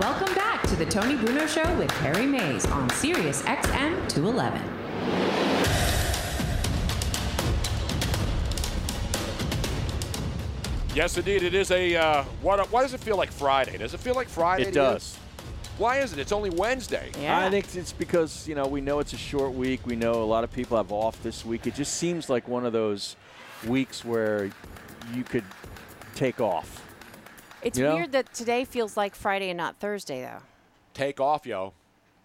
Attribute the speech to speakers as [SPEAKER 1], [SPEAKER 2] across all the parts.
[SPEAKER 1] Welcome back to the Tony Bruno Show with Harry Mays on Sirius XM 211.
[SPEAKER 2] Yes, indeed, it is a. Uh, what? Why does it feel like Friday? Does it feel like Friday?
[SPEAKER 3] It
[SPEAKER 2] to you?
[SPEAKER 3] does.
[SPEAKER 2] Why is it? It's only Wednesday.
[SPEAKER 3] I think it's because you know we know it's a short week. We know a lot of people have off this week. It just seems like one of those weeks where you could take off.
[SPEAKER 4] It's
[SPEAKER 3] You know?
[SPEAKER 4] weird that today feels like Friday and not Thursday, though.
[SPEAKER 2] Take off, yo.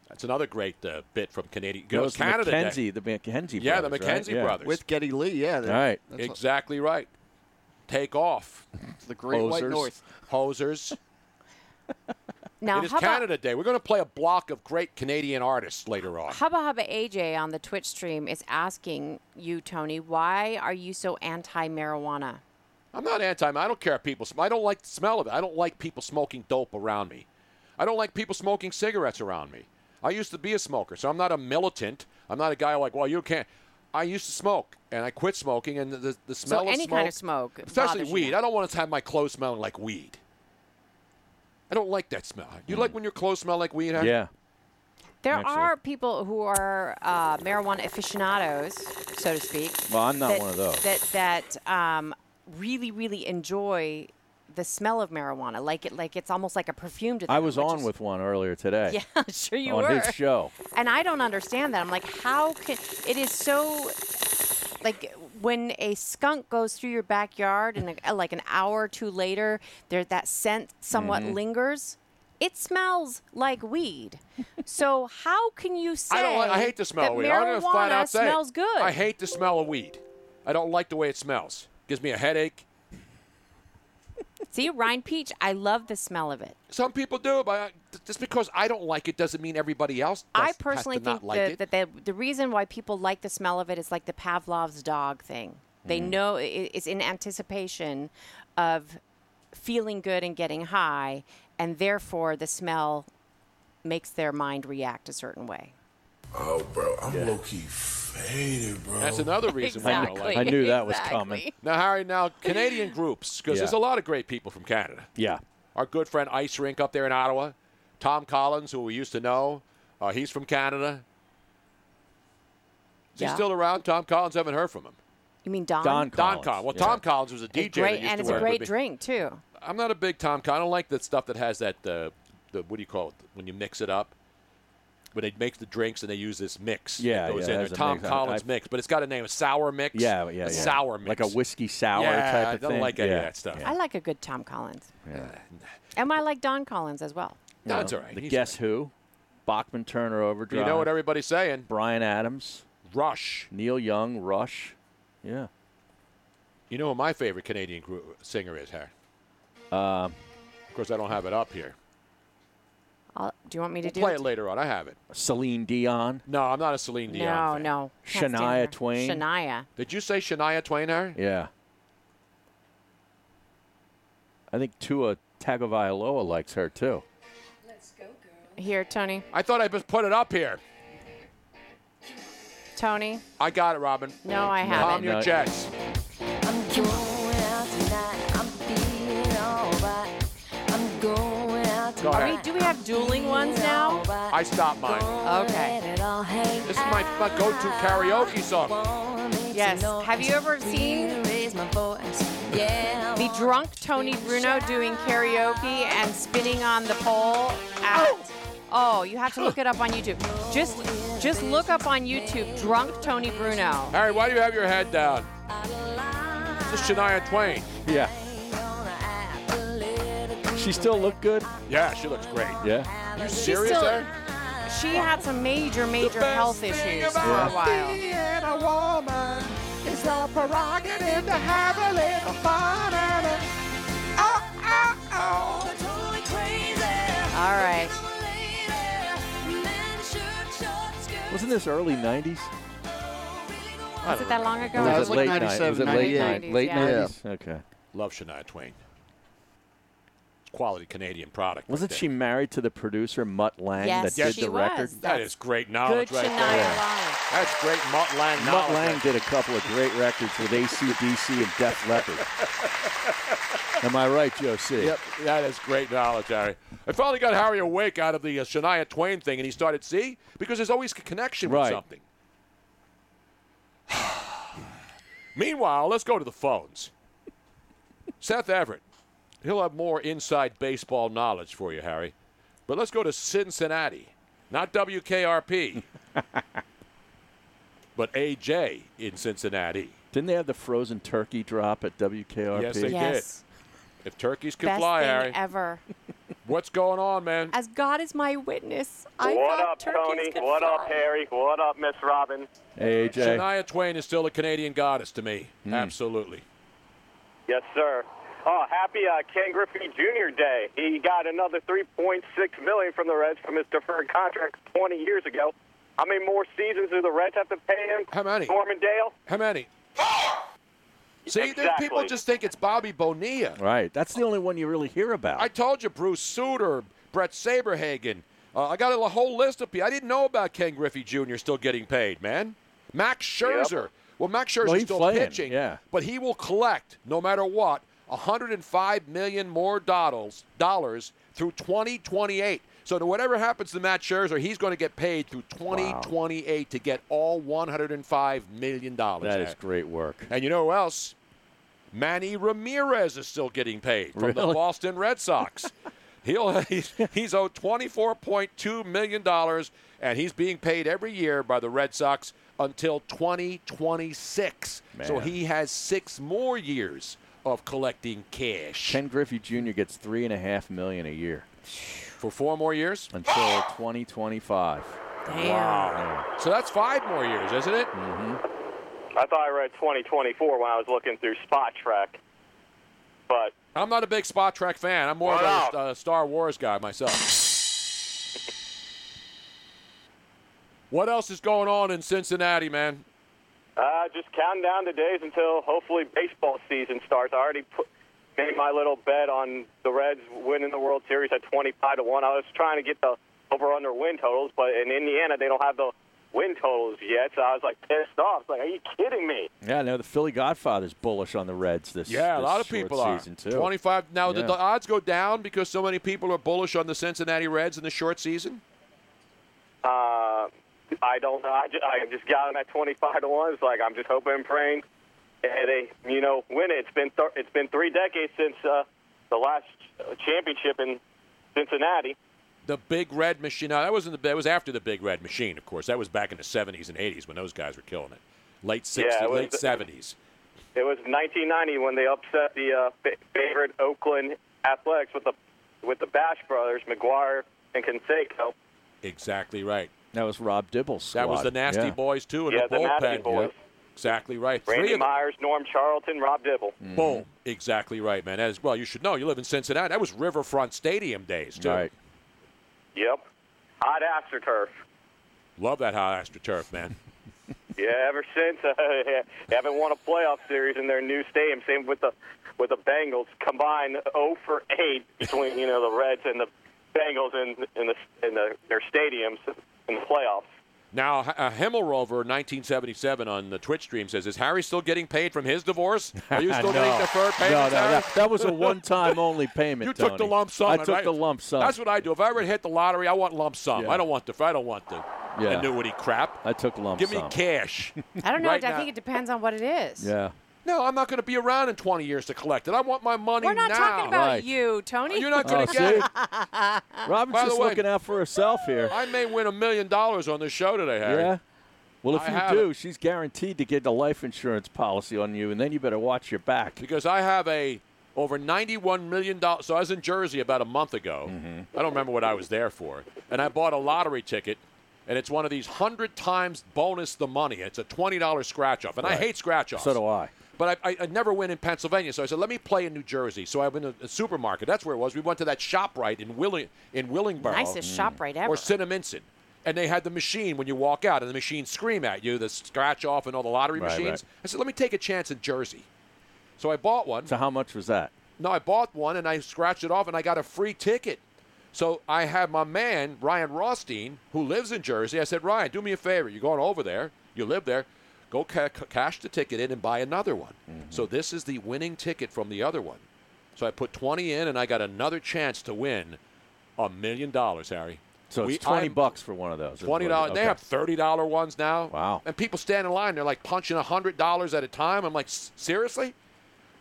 [SPEAKER 2] That's another great uh, bit from Canadian.
[SPEAKER 3] That was the
[SPEAKER 2] Canada
[SPEAKER 3] McKenzie,
[SPEAKER 2] Day.
[SPEAKER 3] the McKenzie.
[SPEAKER 2] Yeah, the
[SPEAKER 3] brothers, right?
[SPEAKER 2] McKenzie
[SPEAKER 3] Yeah.
[SPEAKER 2] brothers.
[SPEAKER 3] With
[SPEAKER 2] Getty Lee, yeah.
[SPEAKER 3] they're- Right. that's what-
[SPEAKER 2] Exactly right. Take off. It's the
[SPEAKER 3] Great White Hosers. North.
[SPEAKER 2] Hosers.
[SPEAKER 4] Now,
[SPEAKER 2] it is
[SPEAKER 4] how about-
[SPEAKER 2] Canada Day. We're going to play a block of great Canadian artists later on.
[SPEAKER 4] Hubba Hubba AJ on the Twitch stream is asking you, Tony, why are you so anti marijuana?
[SPEAKER 2] I'm not anti. I don't care if people. Sm- I don't like the smell of it. I don't like people smoking dope around me. I don't like people smoking cigarettes around me. I used to be a smoker, so I'm not a militant. I'm not a guy like, well, you can't. I used to smoke, and I quit smoking, and the, the, the smell of
[SPEAKER 4] any
[SPEAKER 2] smoke,
[SPEAKER 4] kind of smoke
[SPEAKER 2] especially
[SPEAKER 4] bothers you
[SPEAKER 2] weed. I don't want to have my clothes smelling like weed. I don't like that smell. You like when your clothes smell like weed? Huh?
[SPEAKER 3] Yeah.
[SPEAKER 4] There
[SPEAKER 2] Actually.
[SPEAKER 4] are people who are uh, marijuana aficionados, so to speak.
[SPEAKER 3] Well, I'm not
[SPEAKER 4] that-
[SPEAKER 3] one of those.
[SPEAKER 4] That that um, really really enjoy the smell of marijuana, like it like it's almost like a perfume to them.
[SPEAKER 3] I was
[SPEAKER 4] which
[SPEAKER 3] on
[SPEAKER 4] is-
[SPEAKER 3] with one earlier today.
[SPEAKER 4] Yeah, sure you
[SPEAKER 3] on
[SPEAKER 4] were.
[SPEAKER 3] his show.
[SPEAKER 4] And I don't understand that. I'm like, how can it is so like when a skunk goes through your backyard and like, like an hour or two later, there that scent somewhat
[SPEAKER 2] Mhm.
[SPEAKER 4] lingers. It smells like weed. so how can you say
[SPEAKER 2] I don't. Like, I hate the smell
[SPEAKER 4] that
[SPEAKER 2] of weed. I'm
[SPEAKER 4] Marijuana
[SPEAKER 2] gonna flat out say it.
[SPEAKER 4] smells good.
[SPEAKER 2] I hate the smell of weed. I don't like the way it smells. Gives me a headache.
[SPEAKER 4] See, Rhine Peach, I love the smell of it.
[SPEAKER 2] Some people do, but I- th- just because I don't like it doesn't mean everybody else. Does,
[SPEAKER 4] I personally
[SPEAKER 2] has to
[SPEAKER 4] think
[SPEAKER 2] not like
[SPEAKER 4] that,
[SPEAKER 2] it.
[SPEAKER 4] that the, the reason why people like the smell of it is like the Pavlov's dog thing. They
[SPEAKER 2] Mm.
[SPEAKER 4] know i- it's in anticipation of feeling good and getting high, and therefore the smell makes their mind react a certain way.
[SPEAKER 5] Oh, bro, I'm low key faded, bro.
[SPEAKER 2] That's another reason why I don't like
[SPEAKER 3] I
[SPEAKER 2] it.
[SPEAKER 3] knew that was coming.
[SPEAKER 2] Now, Harry, now Canadian groups, because
[SPEAKER 3] Yeah.
[SPEAKER 2] there's a lot of great people from Canada.
[SPEAKER 3] Yeah.
[SPEAKER 2] Our good friend Ice Rink up there in Ottawa, Tom Collins, who we used to know, uh, he's from Canada. Is
[SPEAKER 4] Yeah.
[SPEAKER 2] he still around? Tom Collins, haven't heard from him.
[SPEAKER 4] You mean Don?
[SPEAKER 2] Don Collins. Well, Tom Collins was a
[SPEAKER 4] It's
[SPEAKER 2] DJ. that
[SPEAKER 4] great,
[SPEAKER 2] used
[SPEAKER 4] and
[SPEAKER 2] to
[SPEAKER 4] it's a
[SPEAKER 2] work with
[SPEAKER 4] great
[SPEAKER 2] me.
[SPEAKER 4] drink too.
[SPEAKER 2] I'm not a big Tom Collins. I don't like that stuff that has that uh, the what do you call it when you mix it up. When they make the drinks and they use this mix,
[SPEAKER 3] Yeah,
[SPEAKER 2] that
[SPEAKER 3] yeah,
[SPEAKER 2] goes in there.
[SPEAKER 3] there's a
[SPEAKER 2] Tom
[SPEAKER 3] mix. I-
[SPEAKER 2] Collins
[SPEAKER 3] I've-
[SPEAKER 2] mix, but it's got a name, a sour mix.
[SPEAKER 3] Yeah, yeah,
[SPEAKER 2] a
[SPEAKER 3] yeah.
[SPEAKER 2] sour mix,
[SPEAKER 3] Like a whiskey sour
[SPEAKER 2] Yeah,
[SPEAKER 3] type of
[SPEAKER 2] I don't
[SPEAKER 3] thing.
[SPEAKER 2] like any
[SPEAKER 3] Yeah.
[SPEAKER 2] of that stuff. Uh,
[SPEAKER 4] I like a good Tom Collins.
[SPEAKER 3] Yeah.
[SPEAKER 4] And I like Don Collins as well.
[SPEAKER 2] No,
[SPEAKER 3] You
[SPEAKER 2] it's
[SPEAKER 3] know,
[SPEAKER 2] all right.
[SPEAKER 3] The
[SPEAKER 2] He's
[SPEAKER 3] Guess Who, Bachman Turner Overdrive.
[SPEAKER 2] know what everybody's saying?
[SPEAKER 3] Brian Adams,
[SPEAKER 2] Rush,
[SPEAKER 3] Neil Young, Rush. Yeah.
[SPEAKER 2] You know who my favorite Canadian group singer is, Harry?
[SPEAKER 3] Um,
[SPEAKER 2] Of course, I don't have it up here.
[SPEAKER 4] I'll, do you want me to
[SPEAKER 2] We'll
[SPEAKER 4] do
[SPEAKER 2] play
[SPEAKER 4] it?
[SPEAKER 2] it later on. I have it.
[SPEAKER 3] Celine Dion.
[SPEAKER 2] No, I'm not a Celine Dion.
[SPEAKER 4] No,
[SPEAKER 2] fan.
[SPEAKER 4] no. Can't stand
[SPEAKER 3] Shania
[SPEAKER 4] her.
[SPEAKER 3] Twain.
[SPEAKER 4] Shania.
[SPEAKER 2] Did you say Shania Twain, Harry?
[SPEAKER 3] Yeah. I think Tua Tagovailoa likes her too.
[SPEAKER 4] Here, Tony.
[SPEAKER 2] I thought I just put it up here.
[SPEAKER 4] Tony.
[SPEAKER 2] I got it, Robin.
[SPEAKER 4] No, I
[SPEAKER 2] Calm
[SPEAKER 4] haven't.
[SPEAKER 2] your
[SPEAKER 4] No.
[SPEAKER 2] jets.
[SPEAKER 6] I'm going out tonight. I'm feeling alright. I'm going out
[SPEAKER 2] Go
[SPEAKER 6] tonight.
[SPEAKER 2] ahead.
[SPEAKER 4] Do we have dueling ones now?
[SPEAKER 2] I stopped mine.
[SPEAKER 4] Okay.
[SPEAKER 2] This is my, my go-to karaoke song.
[SPEAKER 4] Yes. Have you ever seen the drunk Tony Bruno doing karaoke and spinning on the pole? At, oh, you have to look it up on YouTube. Just, just look up on YouTube, drunk Tony Bruno.
[SPEAKER 2] Harry, why do you have your head down? This is Shania Twain.
[SPEAKER 3] Yeah. She still looked good.
[SPEAKER 2] Yeah, she looks great.
[SPEAKER 3] Yeah.
[SPEAKER 2] You serious?
[SPEAKER 4] still-
[SPEAKER 2] Harry?
[SPEAKER 4] She had some major, major health issues for a while.
[SPEAKER 6] It's a prerogative to have a little fun and a- oh, oh, oh.
[SPEAKER 4] All right.
[SPEAKER 3] Wasn't this early '90s?
[SPEAKER 4] Was it that long ago?
[SPEAKER 3] Or was it late night? Was it late night? Late '90s. Okay.
[SPEAKER 2] Love Shania Twain. It's quality Canadian product. right
[SPEAKER 3] Wasn't
[SPEAKER 2] there.
[SPEAKER 3] she married to the producer Mutt Lang that did the record?
[SPEAKER 2] That is great knowledge right there. That's great Mutt Lang
[SPEAKER 3] Mutt
[SPEAKER 2] knowledge.
[SPEAKER 3] Lang did a couple of great records with ACDC and Def Leppard. Am I right, Joe C?
[SPEAKER 2] Yep, that is great knowledge, Harry. I finally got Harry awake out of the uh, Shania Twain thing, and he started see because there's always a connection with
[SPEAKER 3] Right.
[SPEAKER 2] something. Meanwhile, let's go to the phones. Seth Everett, he'll have more inside baseball knowledge for you, Harry. But let's go to Cincinnati, not WKRP, but AJ in Cincinnati.
[SPEAKER 3] Didn't they have the frozen turkey drop at WKRP?
[SPEAKER 2] Yes, they did. If turkeys could
[SPEAKER 4] Best
[SPEAKER 2] fly,
[SPEAKER 4] thing
[SPEAKER 2] Harry,
[SPEAKER 4] ever.
[SPEAKER 2] what's going on, man?
[SPEAKER 4] As God is my witness, I
[SPEAKER 7] What
[SPEAKER 4] thought
[SPEAKER 7] up,
[SPEAKER 4] turkeys
[SPEAKER 7] Tony?
[SPEAKER 4] could
[SPEAKER 7] What up,
[SPEAKER 4] fly.
[SPEAKER 7] Harry? What up, Miss Robin?
[SPEAKER 3] Hey,
[SPEAKER 2] Shania Twain is still a Canadian goddess to me.
[SPEAKER 3] Hmm.
[SPEAKER 2] Absolutely.
[SPEAKER 7] Yes, sir. Oh, happy uh, Ken Griffey Jr. Day. He got another 3.6 million from the Reds from his deferred contract 20 years ago. How many more seasons do the Reds have to pay him?
[SPEAKER 2] How many?
[SPEAKER 7] Normandale.
[SPEAKER 2] How many? See, there's
[SPEAKER 7] Exactly.
[SPEAKER 2] people just think it's Bobby Bonilla.
[SPEAKER 3] Right. That's the only one you really hear about.
[SPEAKER 2] I told you, Bruce Suter, Brett Saberhagen. Uh, I got a whole list of people. I didn't know about Ken Griffey Jr. still getting paid, man. Max Scherzer. Well, Max Scherzer's
[SPEAKER 3] Well, he's
[SPEAKER 2] still
[SPEAKER 3] playing,
[SPEAKER 2] pitching,
[SPEAKER 3] yeah.
[SPEAKER 2] but he will collect, no matter what, 105 million more dollars, dollars through 2028. So, to whatever happens to Matt Scherzer, he's going to get paid through 2028 to get all 105 million dollars.
[SPEAKER 3] That is great work.
[SPEAKER 2] And you know who else? Manny Ramirez is still getting paid from the
[SPEAKER 3] Really?
[SPEAKER 2] Boston Red Sox. He'll, he's, he's owed $24.2 million, and he's being paid every year by the Red Sox until 2026. So
[SPEAKER 3] Man.
[SPEAKER 2] he has six more years of collecting cash.
[SPEAKER 3] Ken Griffey Jr. gets three and a half million a year
[SPEAKER 2] for four more years
[SPEAKER 3] until 2025.
[SPEAKER 2] Damn. Wow. So that's five more years, isn't it?
[SPEAKER 3] Mm-hmm.
[SPEAKER 7] I thought I read 2024 when I was looking through Spot Track. But
[SPEAKER 2] I'm not a big Spot Trek fan. I'm more of a uh, Star Wars guy myself. what else is going on in Cincinnati, man?
[SPEAKER 7] Uh, just counting down the days until hopefully baseball season starts. I already put, made my little bet on the Reds winning the World Series at 25 to one. I was trying to get the over under win totals, but in Indiana they don't have the win totals yet, so I was like pissed off. Like, are you kidding me?
[SPEAKER 3] Yeah, no, the Philly Godfather's bullish on the Reds this
[SPEAKER 2] Yeah, a
[SPEAKER 3] this
[SPEAKER 2] lot of
[SPEAKER 3] short
[SPEAKER 2] people are.
[SPEAKER 3] season too.
[SPEAKER 2] 25. Now, did
[SPEAKER 3] Yeah.
[SPEAKER 2] the odds go down because so many people are bullish on the Cincinnati Reds in the short season?
[SPEAKER 7] Uh, I don't know. I just, I just got them at 25 to one. It's like I'm just hoping and praying and they you know win it. It's been th- it's been three decades since uh, the last championship in Cincinnati.
[SPEAKER 2] The Big Red Machine. No, that wasn't the. That was after the Big Red Machine, of course. That was back in the 70s and 80s when those guys were killing it. Late 60s,
[SPEAKER 7] Yeah, it was
[SPEAKER 2] late
[SPEAKER 7] the-
[SPEAKER 2] 70s.
[SPEAKER 7] It was 1990 when they upset the uh, fa- favorite Oakland Athletics with the with the Bash brothers, McGuire and Canseco.
[SPEAKER 2] Exactly right.
[SPEAKER 3] That was Rob Dibble's squad.
[SPEAKER 2] That was the Nasty
[SPEAKER 3] yeah.
[SPEAKER 2] Boys too, and
[SPEAKER 7] Yeah,
[SPEAKER 2] the
[SPEAKER 7] the
[SPEAKER 2] bullpen.
[SPEAKER 7] Nasty Boys.
[SPEAKER 2] Exactly right. Three
[SPEAKER 7] Randy
[SPEAKER 2] of them. Mm.
[SPEAKER 7] Myers, Norm Charlton, Rob Dibble.
[SPEAKER 3] Mm-hmm.
[SPEAKER 2] Boom. Exactly right, man. As well, you should know. You live in Cincinnati. That was Riverfront Stadium days, too.
[SPEAKER 3] Right.
[SPEAKER 7] Yep. Hot AstroTurf.
[SPEAKER 2] Love that hot astroturf, man.
[SPEAKER 7] Yeah, ever since uh, haven't won a playoff series in their new stadium. Same with the with the Bengals combined 0 for 8 between you know the Reds and the Bengals in in the in the, their stadiums in the playoffs.
[SPEAKER 2] Now, H- uh, Himmelrover, 1977, on the Twitch stream says, "Is Harry still getting paid from his divorce? Are you still
[SPEAKER 3] No.
[SPEAKER 2] getting deferred
[SPEAKER 3] No,
[SPEAKER 2] payments?"
[SPEAKER 3] no,
[SPEAKER 2] Harry?
[SPEAKER 3] that, that was a one-time only payment.
[SPEAKER 2] You took the
[SPEAKER 3] Tony.
[SPEAKER 2] lump sum.
[SPEAKER 3] I
[SPEAKER 2] and
[SPEAKER 3] took the lump sum.
[SPEAKER 2] That's what I do. If I were to hit the lottery, I want lump sum.
[SPEAKER 3] Yeah.
[SPEAKER 2] I don't want the. I don't want the
[SPEAKER 3] Yeah.
[SPEAKER 2] annuity crap.
[SPEAKER 3] I took lump
[SPEAKER 2] Give me
[SPEAKER 3] sum.
[SPEAKER 2] cash.
[SPEAKER 4] I don't know.
[SPEAKER 2] Right
[SPEAKER 4] I
[SPEAKER 2] now.
[SPEAKER 4] think it depends on what it is.
[SPEAKER 3] Yeah.
[SPEAKER 2] No, I'm not going to be around in 20 years to collect it. I want my money
[SPEAKER 4] We're not
[SPEAKER 2] now.
[SPEAKER 4] talking about
[SPEAKER 3] Right.
[SPEAKER 4] you, Tony.
[SPEAKER 2] You're not going to
[SPEAKER 3] Oh,
[SPEAKER 2] get
[SPEAKER 3] see?
[SPEAKER 2] it.
[SPEAKER 3] Robin's
[SPEAKER 2] By the
[SPEAKER 3] just
[SPEAKER 2] way-
[SPEAKER 3] looking out for herself here.
[SPEAKER 2] I may win a million dollars on this show today, Harry.
[SPEAKER 3] Yeah. Well, if
[SPEAKER 2] I
[SPEAKER 3] you
[SPEAKER 2] have
[SPEAKER 3] do, she's guaranteed to get a life insurance policy on you, and then you better watch your back.
[SPEAKER 2] because I have a over ninety-one million dollars. So I was in Jersey about a month ago.
[SPEAKER 3] Mm-hmm.
[SPEAKER 2] I don't remember what I was there for, and I bought a lottery ticket, and it's one of these hundred times bonus the money. It's a twenty-dollar scratch-off, and I
[SPEAKER 3] Right.
[SPEAKER 2] hate scratch-offs.
[SPEAKER 3] So do I.
[SPEAKER 2] But I, I, I never went in Pennsylvania, so I said, let me play in New Jersey. So I went to a supermarket. That's where it was. We went to that shop right in Willing in Willingboro.
[SPEAKER 3] Oh, Mm.
[SPEAKER 4] Nicest
[SPEAKER 3] hmm.
[SPEAKER 4] ShopRite
[SPEAKER 2] Or
[SPEAKER 4] ever.
[SPEAKER 2] Cinnaminson. And they had the machine when you walk out, and the machines scream at you, the scratch off and all the lottery
[SPEAKER 3] Right,
[SPEAKER 2] machines.
[SPEAKER 3] right.
[SPEAKER 2] I said, let me take a chance in Jersey. So I bought one.
[SPEAKER 3] So how much was that?
[SPEAKER 2] No, I bought one and I scratched it off and I got a free ticket. So I had my man, Ryan Rothstein, who lives in Jersey. I said, Ryan, do me a favor. You're going over there. You live there. Go ca- ca- cash the ticket in and buy another one.
[SPEAKER 3] Mm-hmm.
[SPEAKER 2] So this is the winning ticket from the other one. So I put 20 in and I got another chance to win a million dollars, Harry.
[SPEAKER 3] So
[SPEAKER 2] We-
[SPEAKER 3] it's twenty
[SPEAKER 2] I'm-
[SPEAKER 3] bucks for one of those. is what
[SPEAKER 2] Twenty
[SPEAKER 3] it-
[SPEAKER 2] dollars. They
[SPEAKER 3] okay.
[SPEAKER 2] have thirty dollar ones now.
[SPEAKER 3] Wow.
[SPEAKER 2] And people stand in line. They're like punching hundred dollars at a time. I'm like, "S- seriously?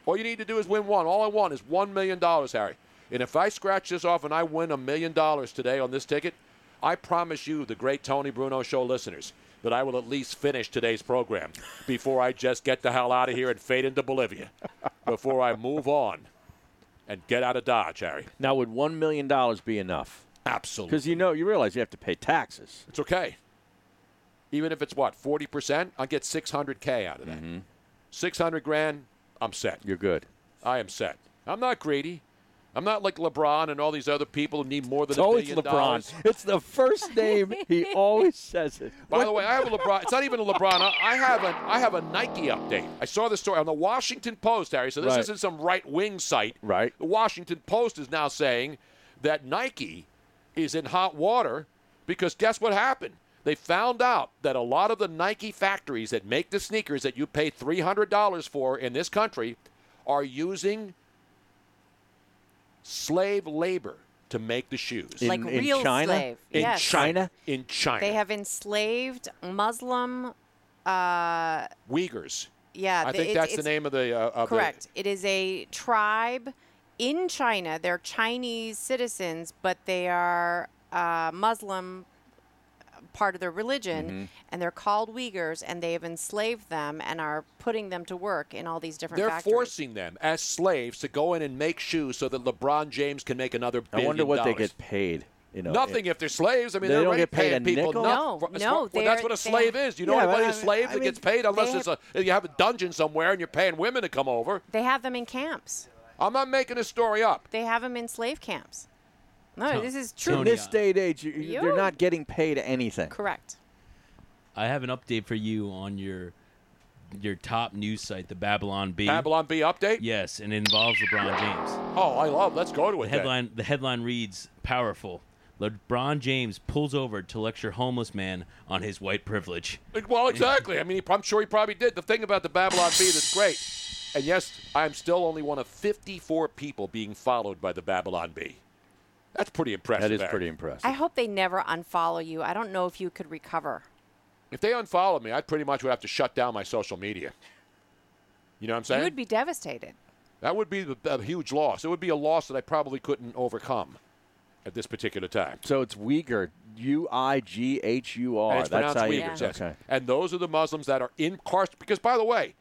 [SPEAKER 2] All you need to do is win one. All I want is one million dollars, Harry. And if I scratch this off and I win a million dollars today on this ticket, I promise you, the great Tony Bruno Show listeners, that I will at least finish today's program before I just get the hell out of here and fade into Bolivia, before I move on and get out of Dodge, Harry.
[SPEAKER 3] Now, would one million dollars be enough?
[SPEAKER 2] Absolutely.
[SPEAKER 3] Because you know, you realize you have to pay taxes.
[SPEAKER 2] It's okay. Even if it's what forty percent, I get six hundred k out of that. Six hundred grand, I'm set.
[SPEAKER 3] Mm-hmm. You're good.
[SPEAKER 2] I am set. I'm not greedy. I'm not like LeBron and all these other people who need more than
[SPEAKER 3] It's
[SPEAKER 2] a
[SPEAKER 3] always
[SPEAKER 2] billion
[SPEAKER 3] LeBron.
[SPEAKER 2] dollars.
[SPEAKER 3] It's the first name. he always says it.
[SPEAKER 2] By the way, I have a LeBron. It's not even a LeBron. I, I have a I have a Nike update. I saw this story on the Washington Post, Harry. So this
[SPEAKER 3] Right.
[SPEAKER 2] isn't some right wing site.
[SPEAKER 3] Right.
[SPEAKER 2] The Washington Post is now saying that Nike is in hot water because guess what happened? They found out that a lot of the Nike factories that make the sneakers that you pay three hundred dollars for in this country are using slave labor to make the shoes.
[SPEAKER 4] Like In- in real China? slave.
[SPEAKER 2] In
[SPEAKER 4] Yes.
[SPEAKER 2] China. In China.
[SPEAKER 4] They have enslaved Muslim. Uh,
[SPEAKER 2] Uyghurs.
[SPEAKER 4] Yeah,
[SPEAKER 2] I
[SPEAKER 4] the-
[SPEAKER 2] think
[SPEAKER 4] it's-
[SPEAKER 2] that's the
[SPEAKER 4] it's-
[SPEAKER 2] name of the uh, of the-
[SPEAKER 4] correct. It is a tribe in China. They're Chinese citizens, but they are uh, Muslim part of their religion,
[SPEAKER 2] Mm-hmm.
[SPEAKER 3] Mm-hmm.
[SPEAKER 4] and they're called Uyghurs, and they have enslaved them and are putting them to work in all these different
[SPEAKER 2] They're
[SPEAKER 4] factories.
[SPEAKER 2] forcing them as slaves to go in and make shoes so that LeBron James can make another
[SPEAKER 3] I
[SPEAKER 2] billion
[SPEAKER 3] wonder what they
[SPEAKER 2] dollars.
[SPEAKER 3] get paid. You know,
[SPEAKER 2] Nothing if they're slaves. I mean,
[SPEAKER 3] They
[SPEAKER 2] are
[SPEAKER 3] don't
[SPEAKER 2] already
[SPEAKER 3] get paid
[SPEAKER 2] paying
[SPEAKER 3] a
[SPEAKER 2] people.
[SPEAKER 3] nickel?
[SPEAKER 2] nothing.
[SPEAKER 4] No,
[SPEAKER 2] Well,
[SPEAKER 4] no,
[SPEAKER 2] that's
[SPEAKER 4] they're-
[SPEAKER 2] what a
[SPEAKER 4] they
[SPEAKER 2] slave
[SPEAKER 4] have-
[SPEAKER 2] is. You know
[SPEAKER 3] Yeah, but
[SPEAKER 2] anybody
[SPEAKER 3] I-
[SPEAKER 2] a slave
[SPEAKER 3] I
[SPEAKER 2] that
[SPEAKER 3] mean,
[SPEAKER 2] gets paid unless
[SPEAKER 4] they
[SPEAKER 2] it's a you have a dungeon somewhere and you're paying women to come over.
[SPEAKER 4] They have them in camps.
[SPEAKER 2] I'm not making this story up.
[SPEAKER 4] They have them in slave camps. No,
[SPEAKER 3] Tony-
[SPEAKER 4] this is true.
[SPEAKER 3] in this day and age, you, you, they're
[SPEAKER 4] You-
[SPEAKER 3] not getting paid anything.
[SPEAKER 4] Correct.
[SPEAKER 8] I have an update for you on your your top news site, the Babylon Bee.
[SPEAKER 2] Babylon Bee update?
[SPEAKER 8] Yes, and it involves LeBron James.
[SPEAKER 2] Oh, I love. Let's go to it.
[SPEAKER 8] The
[SPEAKER 2] then.
[SPEAKER 8] headline the headline reads powerful. LeBron James pulls over to lecture homeless man on his white privilege.
[SPEAKER 2] Like, Well, exactly. I mean, he, I'm sure he probably did. The thing about the Babylon Bee that's great, and yes, I'm still only one of 54 people being followed by the Babylon Bee. That's pretty impressive.
[SPEAKER 3] That is
[SPEAKER 2] Eric.
[SPEAKER 3] pretty impressive.
[SPEAKER 4] I hope they never unfollow you. I don't know if you could recover.
[SPEAKER 2] If they unfollowed me, I pretty much would have to shut down my social media. You know what I'm saying?
[SPEAKER 4] You would be devastated.
[SPEAKER 2] that would be the- a huge loss. It would be a loss that I probably couldn't overcome at this particular time.
[SPEAKER 3] So it's Uyghur. U I G H U
[SPEAKER 2] And
[SPEAKER 3] R.
[SPEAKER 2] it's
[SPEAKER 3] That's
[SPEAKER 2] pronounced
[SPEAKER 3] how you
[SPEAKER 2] Uyghurs, yes.
[SPEAKER 3] Okay.
[SPEAKER 2] And those are the Muslims that are in cars. Because, by the way,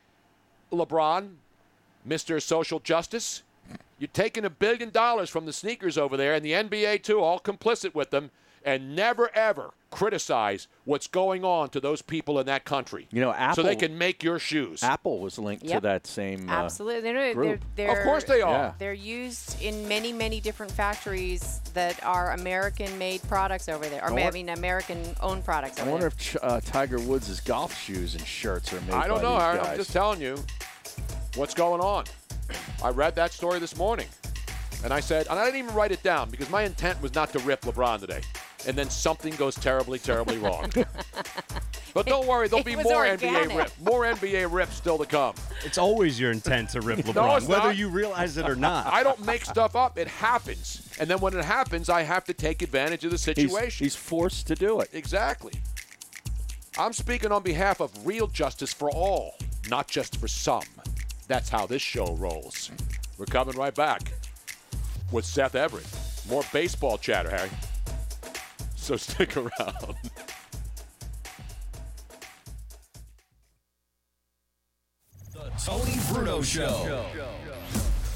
[SPEAKER 2] LeBron, Mr. Social Justice, you're taking a billion dollars from the sneakers over there, and the NBA, too, all complicit with them. and never ever criticize what's going on to those people in that country.
[SPEAKER 3] You know,
[SPEAKER 2] so they
[SPEAKER 3] Apple-
[SPEAKER 2] can make your shoes.
[SPEAKER 3] Apple was linked
[SPEAKER 4] Yep.
[SPEAKER 3] to that same. uh,
[SPEAKER 4] Absolutely. They're, they're,
[SPEAKER 3] group.
[SPEAKER 4] they're,
[SPEAKER 2] Of course they are.
[SPEAKER 3] Yeah.
[SPEAKER 4] They're used in many, many different factories that are American made products over there, or
[SPEAKER 3] I
[SPEAKER 4] I
[SPEAKER 3] won-
[SPEAKER 4] mean, American owned products
[SPEAKER 3] I
[SPEAKER 4] over
[SPEAKER 3] wonder
[SPEAKER 4] there.
[SPEAKER 3] if Ch- uh, Tiger Woods' golf shoes and shirts are made.
[SPEAKER 2] I don't
[SPEAKER 3] by
[SPEAKER 2] know.
[SPEAKER 3] these
[SPEAKER 2] Aaron.
[SPEAKER 3] guys.
[SPEAKER 2] I'm just telling you what's going on. I read that story this morning, and I said, and I didn't even write it down because my intent was not to rip LeBron today. And then something goes terribly, terribly wrong. but don't worry, there'll
[SPEAKER 4] It
[SPEAKER 2] be
[SPEAKER 4] was
[SPEAKER 2] more
[SPEAKER 4] organic.
[SPEAKER 2] NBA rip, more NBA rips still to come.
[SPEAKER 9] It's always your intent to rip LeBron,
[SPEAKER 2] No, it's
[SPEAKER 9] whether
[SPEAKER 2] not.
[SPEAKER 9] you realize it or not.
[SPEAKER 2] I don't make stuff up. It happens, and then when it happens, I have to take advantage of the
[SPEAKER 3] He's-
[SPEAKER 2] situation.
[SPEAKER 3] he's forced to do it.
[SPEAKER 2] Exactly. I'm speaking on behalf of real justice for all, not just for some. That's how this show rolls. We're coming right back with Seth Everett. More baseball chatter, Harry. So stick around.
[SPEAKER 10] The Tony Bruno Show.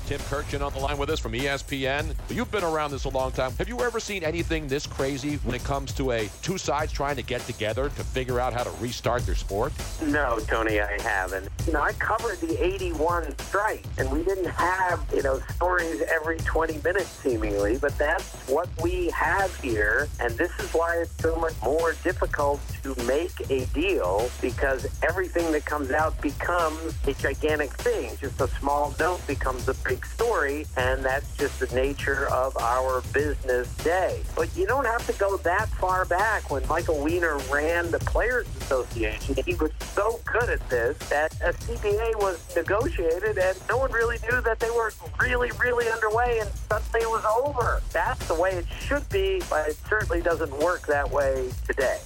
[SPEAKER 2] Tim Kirchin on the line with us from E ESPN. You've been around this a long time. Have you ever seen anything this crazy when it comes to a two sides trying to get together to figure out how to restart their sport?
[SPEAKER 11] No, Tony, I haven't. You know, I covered the 81 strike, and we didn't have, you know, stories every 20 minutes seemingly, but that's what we have here. And this is why it's so much more difficult to make a deal because everything that comes out becomes a gigantic thing. Just a small note becomes a big story, and that's just the nature of our business day. But you don't have to go that far back when Michael Weiner ran the Players Association. He was so good at this that a CBA was negotiated and no one really knew that they were really, really underway and suddenly it was over. That's the way it should be, but it certainly doesn't work that way today.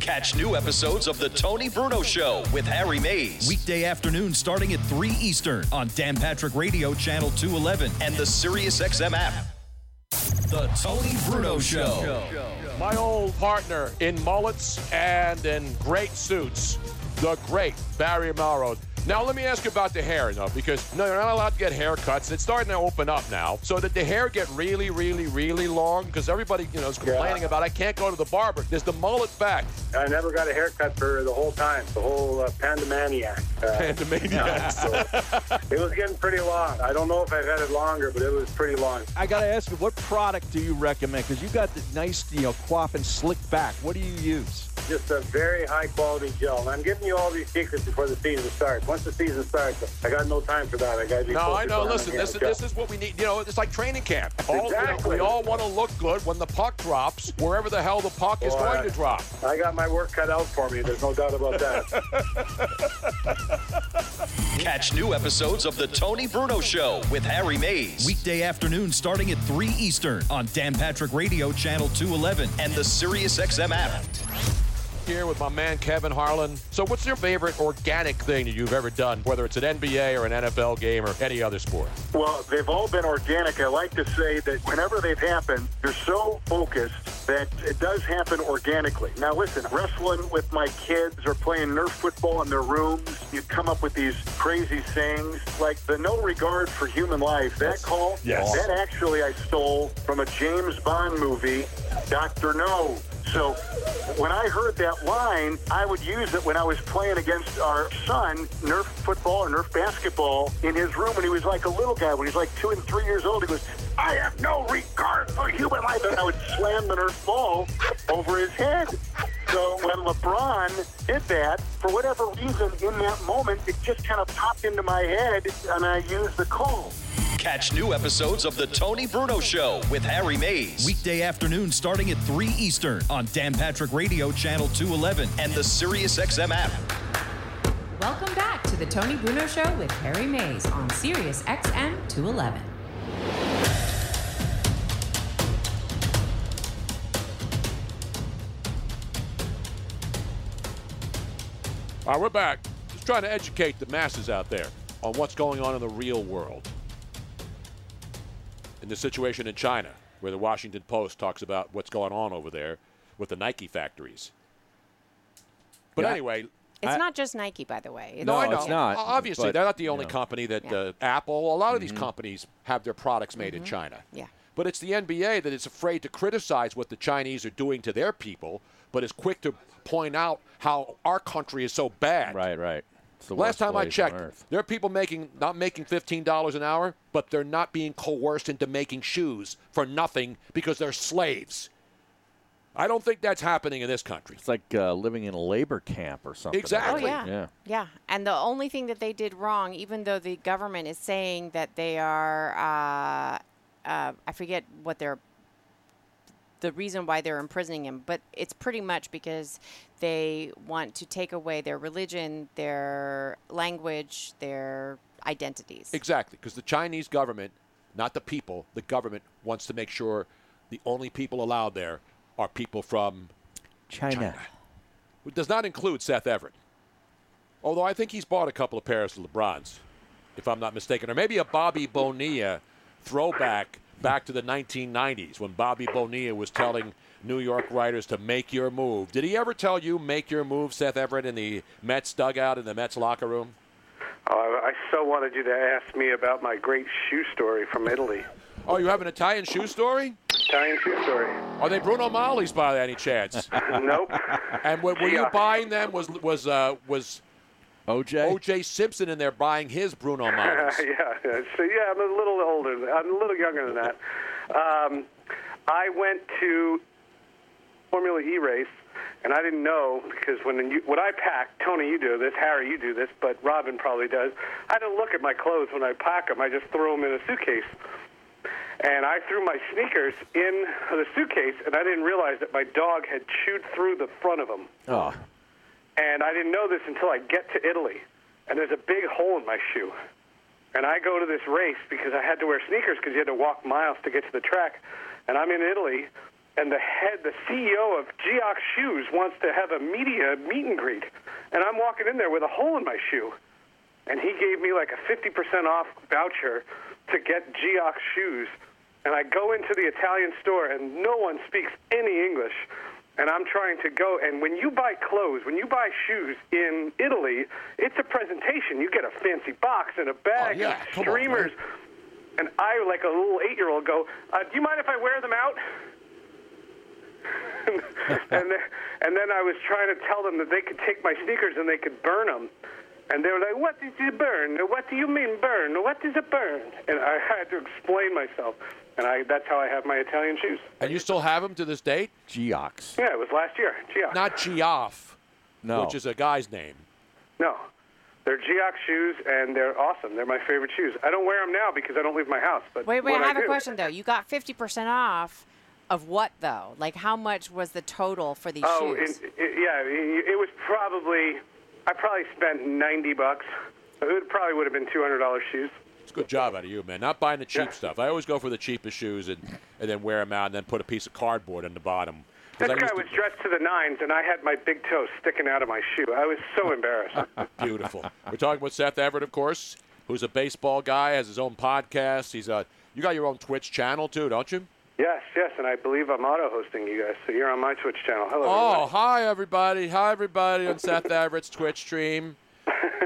[SPEAKER 10] Catch new episodes of The Tony Bruno Show with Harry Mays.
[SPEAKER 12] Weekday afternoon starting at 3 Eastern on Dan Patrick Radio, Channel 211.
[SPEAKER 10] And the SiriusXM app. The Tony Bruno Show.
[SPEAKER 2] My old partner in mullets and in great suits, the great Barry Morrow. Now let me ask you about the hair, though, because no, you're not allowed to get haircuts. It's starting to open up now. So did the hair get really, really, really long? Because everybody, you know, is complaining about I can't go to the barber. There's the mullet back.
[SPEAKER 13] I never got a haircut for the whole time, the whole uh, pandemaniac. Uh,
[SPEAKER 2] Pandemaniac.
[SPEAKER 13] so it was getting pretty long. I don't know if I've had it longer, but it was pretty long.
[SPEAKER 3] I gotta ask you, what product do you recommend? Because you got the nice, you know, quaff and slick back. What do you use?
[SPEAKER 13] Just a very high quality gel. And I'm giving you all these secrets before the season starts. Once the season starts, I got no time for that. I got to be.
[SPEAKER 2] No, I
[SPEAKER 13] focused
[SPEAKER 2] know.
[SPEAKER 13] on
[SPEAKER 2] Listen,
[SPEAKER 13] the
[SPEAKER 2] this is
[SPEAKER 13] NHL.
[SPEAKER 2] this is what we need. You know, it's like training camp. All, you know,
[SPEAKER 13] Exactly.
[SPEAKER 2] we all want to look good when the puck drops, wherever the hell the puck is
[SPEAKER 13] Boy,
[SPEAKER 2] going to drop.
[SPEAKER 13] I got my work cut out for me. There's no doubt about that.
[SPEAKER 10] Catch new episodes of The Tony Bruno Show with Harry Mays.
[SPEAKER 12] Weekday afternoon starting at 3 Eastern on Dan Patrick Radio, Channel 211.
[SPEAKER 10] And the SiriusXM app.
[SPEAKER 2] Here with my man Kevin Harlan. So, what's your favorite organic thing that you've ever done, whether it's an NBA or an NFL game or any other sport?
[SPEAKER 13] Well, they've all been organic. I like to say that whenever they've happened, you're so focused that it does happen organically. Now, listen, wrestling with my kids or playing Nerf football in their rooms, you come up with these crazy sayings like the no regard for human life. That call,
[SPEAKER 5] Yes.
[SPEAKER 13] that actually I stole from a James Bond movie, Dr. No. So when I heard that line, I would use it when I was playing against our son, Nerf football or Nerf basketball, in his room when he was like a little guy, when he was like two and three years old. He goes, I have no regard for human life. And I would slam the Nerf ball over his head. So when LeBron did that, for whatever reason, in that moment, it just kind of popped into my head, and I used the call.
[SPEAKER 10] Catch new episodes of The Tony Bruno Show with Harry Mays.
[SPEAKER 12] Weekday afternoon starting at 3 Eastern on Dan Patrick Radio, Channel 211.
[SPEAKER 10] And the SiriusXM app.
[SPEAKER 3] Oh,
[SPEAKER 1] Welcome back to the Tony Bruno Show with Harry Mays on Sirius XM 211.
[SPEAKER 2] All right, we're back. Just trying to educate the masses out there on what's going on in the real world. In the situation in China, where the Washington Post talks about what's going on over there with the Nike factories. But
[SPEAKER 4] Yeah.
[SPEAKER 2] anyway,
[SPEAKER 4] It's
[SPEAKER 2] I-
[SPEAKER 4] not just Nike, by the way.
[SPEAKER 2] no, I
[SPEAKER 4] It's-
[SPEAKER 2] know. O- Obviously,
[SPEAKER 3] but,
[SPEAKER 2] they're not the
[SPEAKER 3] you
[SPEAKER 2] only
[SPEAKER 3] know. Mm-hmm.
[SPEAKER 2] company that
[SPEAKER 4] Yeah. Mm-hmm.
[SPEAKER 2] uh, Apple. A lot of these companies have their products made in China.
[SPEAKER 4] Yeah.
[SPEAKER 2] But it's the NBA that is afraid to criticize what the Chinese are doing to their people, but is quick to point out how our country is so bad.
[SPEAKER 3] Right, right. It's the worst
[SPEAKER 2] Last time I
[SPEAKER 3] place on
[SPEAKER 2] checked,
[SPEAKER 3] earth.
[SPEAKER 2] there are people making not making fifteen dollars an hour, but they're not being coerced into making shoes for nothing because they're slaves. I don't think that's happening in this country.
[SPEAKER 3] It's like uh, living in a labor camp or something.
[SPEAKER 2] Exactly.
[SPEAKER 4] Oh, yeah. yeah. And the only thing that they did wrong, even though the government is saying that they are, uh, uh, I forget what they're, the reason why they're imprisoning him, but it's pretty much because they want to take away their religion, their language, their identities.
[SPEAKER 2] Exactly, because the Chinese government, not the people, the government wants to make sure the only people allowed there are people from
[SPEAKER 3] China.
[SPEAKER 2] It does not include Seth Everett. Although I think he's bought a couple of pairs of LeBrons, if I'm not mistaken, or maybe a Bobby Bonilla throwback back to the 1990s when Bobby Bonilla was telling New York writers to make your move. Did he ever tell you make your move, Seth Everett, in the Mets dugout in the Mets locker room?
[SPEAKER 14] Uh, I so wanted you to ask me about my great shoe story from Italy.
[SPEAKER 2] Oh, you have an Italian shoe story?
[SPEAKER 14] Italian shoe story.
[SPEAKER 2] Are they Bruno Mollies by any chance?
[SPEAKER 14] nope.
[SPEAKER 2] And were, were you
[SPEAKER 14] Yeah.
[SPEAKER 2] buying them? Was was uh, was
[SPEAKER 3] OJ
[SPEAKER 2] OJ Simpson in there buying his Bruno
[SPEAKER 14] yeah,
[SPEAKER 2] Mollies?
[SPEAKER 14] yeah. So yeah, I'm a little older. than- I'm a little younger than that. Um, I went to Formula E race, and I didn't know because when you, when I packed, Tony, you do this, Harry, you do this, but Robin probably does. I don't look at my clothes when I pack them. I just throw them in a suitcase. And I threw my sneakers in the suitcase, and I didn't realize that my dog had chewed through the front of them.
[SPEAKER 3] Oh.
[SPEAKER 14] And I didn't know this until I get to Italy. And there's a big hole in my shoe. And I go to this race because I had to wear sneakers because you had to walk miles to get to the track. And I'm in Italy, and the head, the CEO of Geox Shoes wants to have a media meet and greet. And I'm walking in there with a hole in my shoe. And he gave me like a 50% off voucher to get Geox Shoes. And I go into the Italian store, and no one speaks any English. And I'm trying to go. And when you buy clothes, when you buy shoes in Italy, it's a presentation. You get a fancy box and a bag
[SPEAKER 2] Oh, yeah, come on,
[SPEAKER 14] and streamers. and I, like a little eight year old, go, uh, Do you mind if I wear them out? and, then, and then I was trying to tell them that they could take my sneakers and they could burn them. And they were like, "What is a burn? What do you mean burn? What is a burn?" And I had to explain myself, and I, that's how I have my Italian shoes.
[SPEAKER 2] And you still have them to this date?
[SPEAKER 3] Geox.
[SPEAKER 14] Yeah, it was last year. Gia.
[SPEAKER 2] Not Geoff,
[SPEAKER 3] No.
[SPEAKER 2] which is a guy's name.
[SPEAKER 14] No, they're Geox shoes, and they're awesome. They're my favorite shoes. I don't wear them now because I don't leave my house. But
[SPEAKER 4] Wait, wait,
[SPEAKER 14] when
[SPEAKER 4] I have
[SPEAKER 14] do,
[SPEAKER 4] a question though. You got 50% off of what though? Like how much was the total for these
[SPEAKER 14] Oh,
[SPEAKER 4] shoes?
[SPEAKER 14] it, it, yeah, it, it was probably I probably spent ninety bucks. It probably would have been two hundred dollars shoes.
[SPEAKER 2] It's a good job out of you, man. Not buying the cheap stuff. I always go for the cheapest shoes and, and then wear them out and then put a piece of cardboard on the bottom. 'Cause
[SPEAKER 14] This
[SPEAKER 2] I
[SPEAKER 14] guy
[SPEAKER 2] used to-
[SPEAKER 14] was dressed to the nines, and I had my big toe sticking out of my shoe. I was so embarrassed.
[SPEAKER 2] Beautiful. We're talking about Seth Everett, of course, who's a baseball guy, has his own podcast. He's a you got your own Twitch channel too, don't you?
[SPEAKER 14] yes, yes, and I believe I'm auto hosting you guys, so you're on my Twitch channel. Hello.
[SPEAKER 2] Oh,
[SPEAKER 14] everybody.
[SPEAKER 2] hi everybody! Hi everybody on Seth Everett's Twitch stream.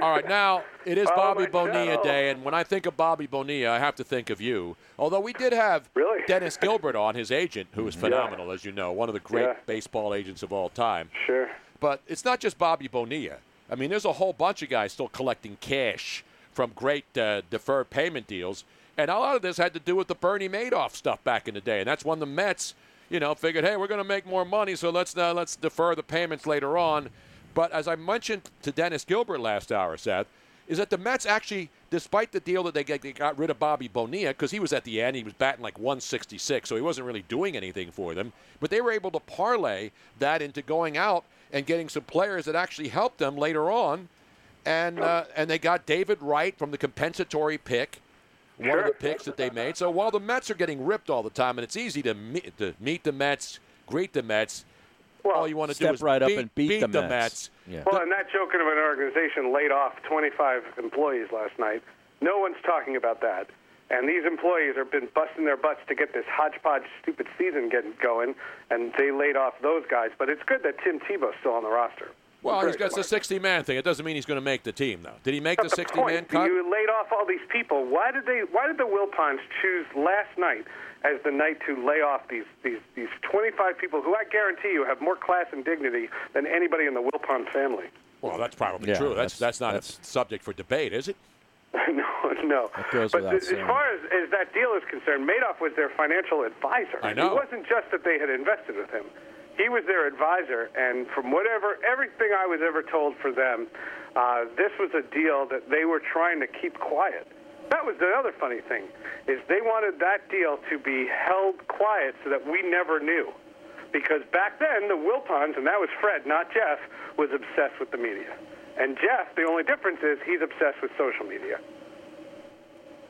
[SPEAKER 2] All right, now it is
[SPEAKER 14] Oh,
[SPEAKER 2] Bobby
[SPEAKER 14] my
[SPEAKER 2] Bonilla
[SPEAKER 14] channel.
[SPEAKER 2] Day, and when I think of Bobby Bonilla, I have to think of you. Although we did have really? Dennis Gilbert on, his agent, who is phenomenal, as you know, one of the great
[SPEAKER 14] Yeah.
[SPEAKER 2] baseball agents of all time.
[SPEAKER 14] Sure.
[SPEAKER 2] But it's not just Bobby Bonilla. I mean, there's a whole bunch of guys still collecting cash from great uh, deferred payment deals. And a lot of this had to do with the Bernie Madoff stuff back in the day. And that's when the Mets, you know, figured, hey, we're going to make more money, so let's, uh, let's defer the payments later on. But as I mentioned to Dennis Gilbert last hour, Seth, is that the Mets actually, despite the deal that they got, they got rid of Bobby Bonilla because he was at the end, he was batting like 166, so he wasn't really doing anything for them. But they were able to parlay that into going out and getting some players that actually helped them later on, and uh, and they got David Wright from the compensatory pick, one of the picks that they made. So while the Mets are getting ripped all the time, and it's easy to meet, to meet the Mets, greet the Mets. all you want to do
[SPEAKER 3] step
[SPEAKER 2] is
[SPEAKER 3] right up and beat the
[SPEAKER 2] the
[SPEAKER 3] Mets.
[SPEAKER 2] Mets.
[SPEAKER 3] Yeah.
[SPEAKER 14] Well, and that joking of an organization laid off 25 employees last night. No one's talking about that. And these employees have been busting their butts to get this hodgepodge stupid season getting going, and they laid off those guys. But it's good that Tim Tebow's still on the roster.
[SPEAKER 2] Well,
[SPEAKER 14] Very
[SPEAKER 2] he's got the 60 man thing. It doesn't mean he's going to make the team, though. Did he make the 60 man
[SPEAKER 14] point.
[SPEAKER 2] cut?
[SPEAKER 14] You laid off all these people. Why did they? Why did the Wilpons choose last night as the night to lay off these these these 25 people who I guarantee you have more class and dignity than anybody in the Wilpon family?
[SPEAKER 2] Well, that's probably
[SPEAKER 14] Yeah,
[SPEAKER 2] true. That's that's, not a subject for debate, is it?
[SPEAKER 14] no, no.
[SPEAKER 2] That goes
[SPEAKER 14] but
[SPEAKER 2] without
[SPEAKER 14] th-
[SPEAKER 2] saying.
[SPEAKER 14] as far as, as that deal is concerned, Madoff was their financial advisor.
[SPEAKER 2] I know.
[SPEAKER 14] It wasn't just that they had invested with him. He was their advisor, and from whatever everything I was ever told for them, uh, this was a deal that they were trying to keep quiet. That was the other funny thing, is they wanted that deal to be held quiet so that we never knew, because back then the Wilpons, and that was Fred, not Jeff, was obsessed with the media, and Jeff, the only difference is he's obsessed with social media.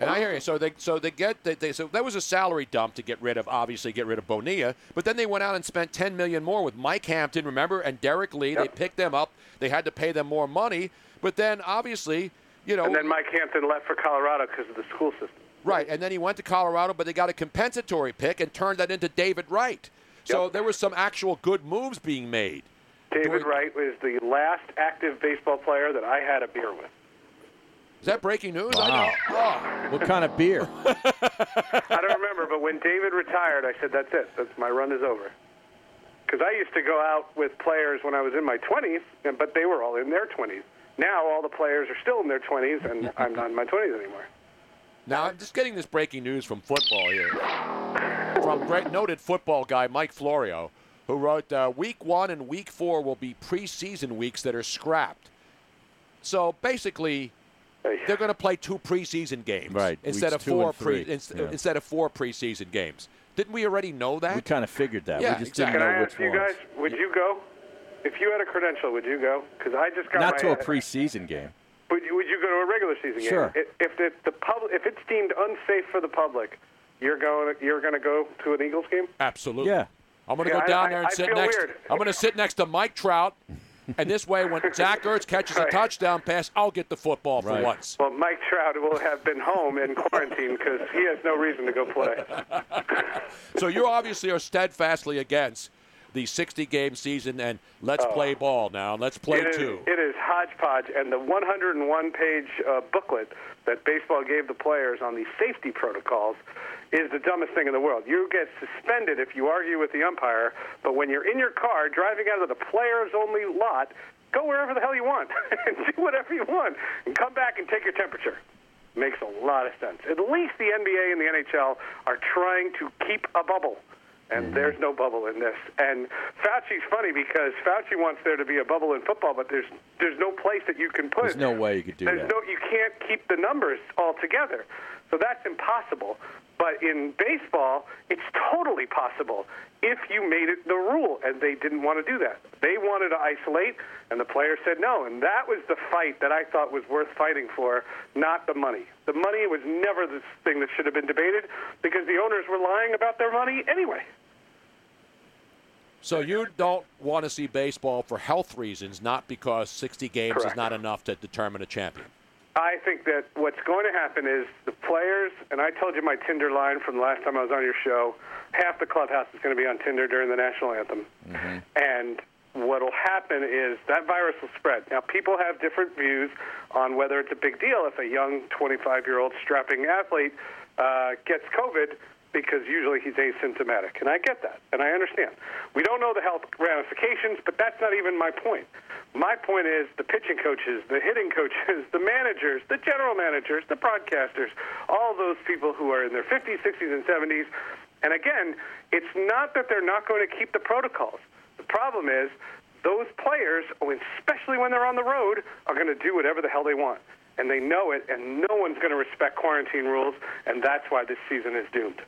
[SPEAKER 2] And I hear you. So they so they get they, they so that was a salary dump to get rid of obviously get rid of Bonilla, but then they went out and spent 10 million more with Mike Hampton, remember, and Derek Lee. They picked them up. They had to pay them more money, but then obviously, you know,
[SPEAKER 14] and then Mike Hampton left for Colorado because of the school system.
[SPEAKER 2] Right, and then he went to Colorado, but they got a compensatory pick and turned that into David Wright. So there was some actual good moves being made.
[SPEAKER 14] David Wright was the last active baseball player that I had a beer with.
[SPEAKER 2] Is that breaking news?
[SPEAKER 14] Wow.
[SPEAKER 2] I
[SPEAKER 3] What kind of beer?
[SPEAKER 14] I don't remember, but when David retired, I said, "That's it. That's my run is over." Because I used to go out with players when I was in my 20s, and- but they were all in their 20s. Now all the players are still in their 20s, and I'm not in my 20s anymore.
[SPEAKER 2] Now I'm just getting this breaking news from football here, from great noted football guy Mike Florio, who wrote, uh, "Week one and week four will be preseason weeks that are scrapped." So basically, they're going to play two preseason games
[SPEAKER 3] Right,
[SPEAKER 2] instead
[SPEAKER 3] weeks
[SPEAKER 2] of
[SPEAKER 3] two and
[SPEAKER 2] four pre-
[SPEAKER 3] three.
[SPEAKER 2] inst-
[SPEAKER 3] Yeah.
[SPEAKER 2] instead of four preseason games. Didn't we already know that?
[SPEAKER 3] We kind of figured that.
[SPEAKER 2] Yeah,
[SPEAKER 3] we just
[SPEAKER 2] exactly.
[SPEAKER 3] didn't
[SPEAKER 2] Can
[SPEAKER 3] know
[SPEAKER 2] I
[SPEAKER 3] which
[SPEAKER 2] ask
[SPEAKER 3] one.
[SPEAKER 2] you
[SPEAKER 14] You guys, would you go? If you had a credential, would you go? Because I just got
[SPEAKER 3] Not
[SPEAKER 14] my,
[SPEAKER 3] to a preseason game.
[SPEAKER 14] Would you, would you go to a regular season game?
[SPEAKER 3] Sure.
[SPEAKER 14] I- If the, the public, if it's deemed unsafe for the public, you're going. You're going to go to an Eagles game.
[SPEAKER 2] Absolutely.
[SPEAKER 14] Yeah.
[SPEAKER 2] I'm going to
[SPEAKER 14] Yeah,
[SPEAKER 2] go
[SPEAKER 14] I-
[SPEAKER 2] down there and
[SPEAKER 14] I- I
[SPEAKER 2] sit
[SPEAKER 14] feel
[SPEAKER 2] next.
[SPEAKER 14] weird.
[SPEAKER 2] I'm going to sit next to Mike Trout, and this way, when Zach Ertz catches a touchdown pass, I'll get the football for once.
[SPEAKER 14] Well, Mike Trout will have been home in quarantine because he has no reason to go play.
[SPEAKER 2] So you obviously are steadfastly against the 60-game season and let's play ball now. and Let's play
[SPEAKER 14] Oh. It is-
[SPEAKER 2] two.
[SPEAKER 14] It is hodgepodge, and the 101-page uh, booklet that baseball gave the players on the safety protocols is the dumbest thing in the world. You get suspended if you argue with the umpire, but when you're in your car driving out of the players-only lot, go wherever the hell you want and do whatever you want, and come back and take your temperature. Makes a lot of sense. At least the NBA and the NHL are trying to keep a bubble. And there's no bubble in this. And Fauci's funny because Fauci wants there to be a bubble in football, but there's there's no place that you can put.
[SPEAKER 3] There's no way you could do
[SPEAKER 14] There's
[SPEAKER 3] that.
[SPEAKER 14] no you can't keep the numbers all together. So that's impossible. But in baseball, it's totally possible if you made it the rule and they didn't want to do that. They wanted to isolate and the players said no and that was the fight that I thought was worth fighting for, not the money. The money was never the thing that should have been debated because the owners were lying about their money anyway.
[SPEAKER 2] So you don't want to see baseball for health reasons, not because 60 games is
[SPEAKER 14] Correct.
[SPEAKER 2] not enough to determine a champion.
[SPEAKER 14] I think that what's going to happen is the players, and I told you my Tinder line from last time I was on your show, half the clubhouse is going to be on Tinder during the national anthem. And what'll happen is that virus will spread. Now, people have different views on whether it's a big deal if a young 25 year old strapping athlete uh, gets COVID because usually he's asymptomatic. And I get that, and I understand. We don't know the health ramifications, but that's not even my point. My point is the pitching coaches, the hitting coaches, the managers, the general managers, the broadcasters, all those people who are in their 50s, 60s, and 70s. And again, it's not that they're not going to keep the protocols. The problem is those players, oh, especially when they're on the road, are going to do whatever the hell they want. And they know it, and no one's going to respect quarantine rules, and that's why this season is doomed.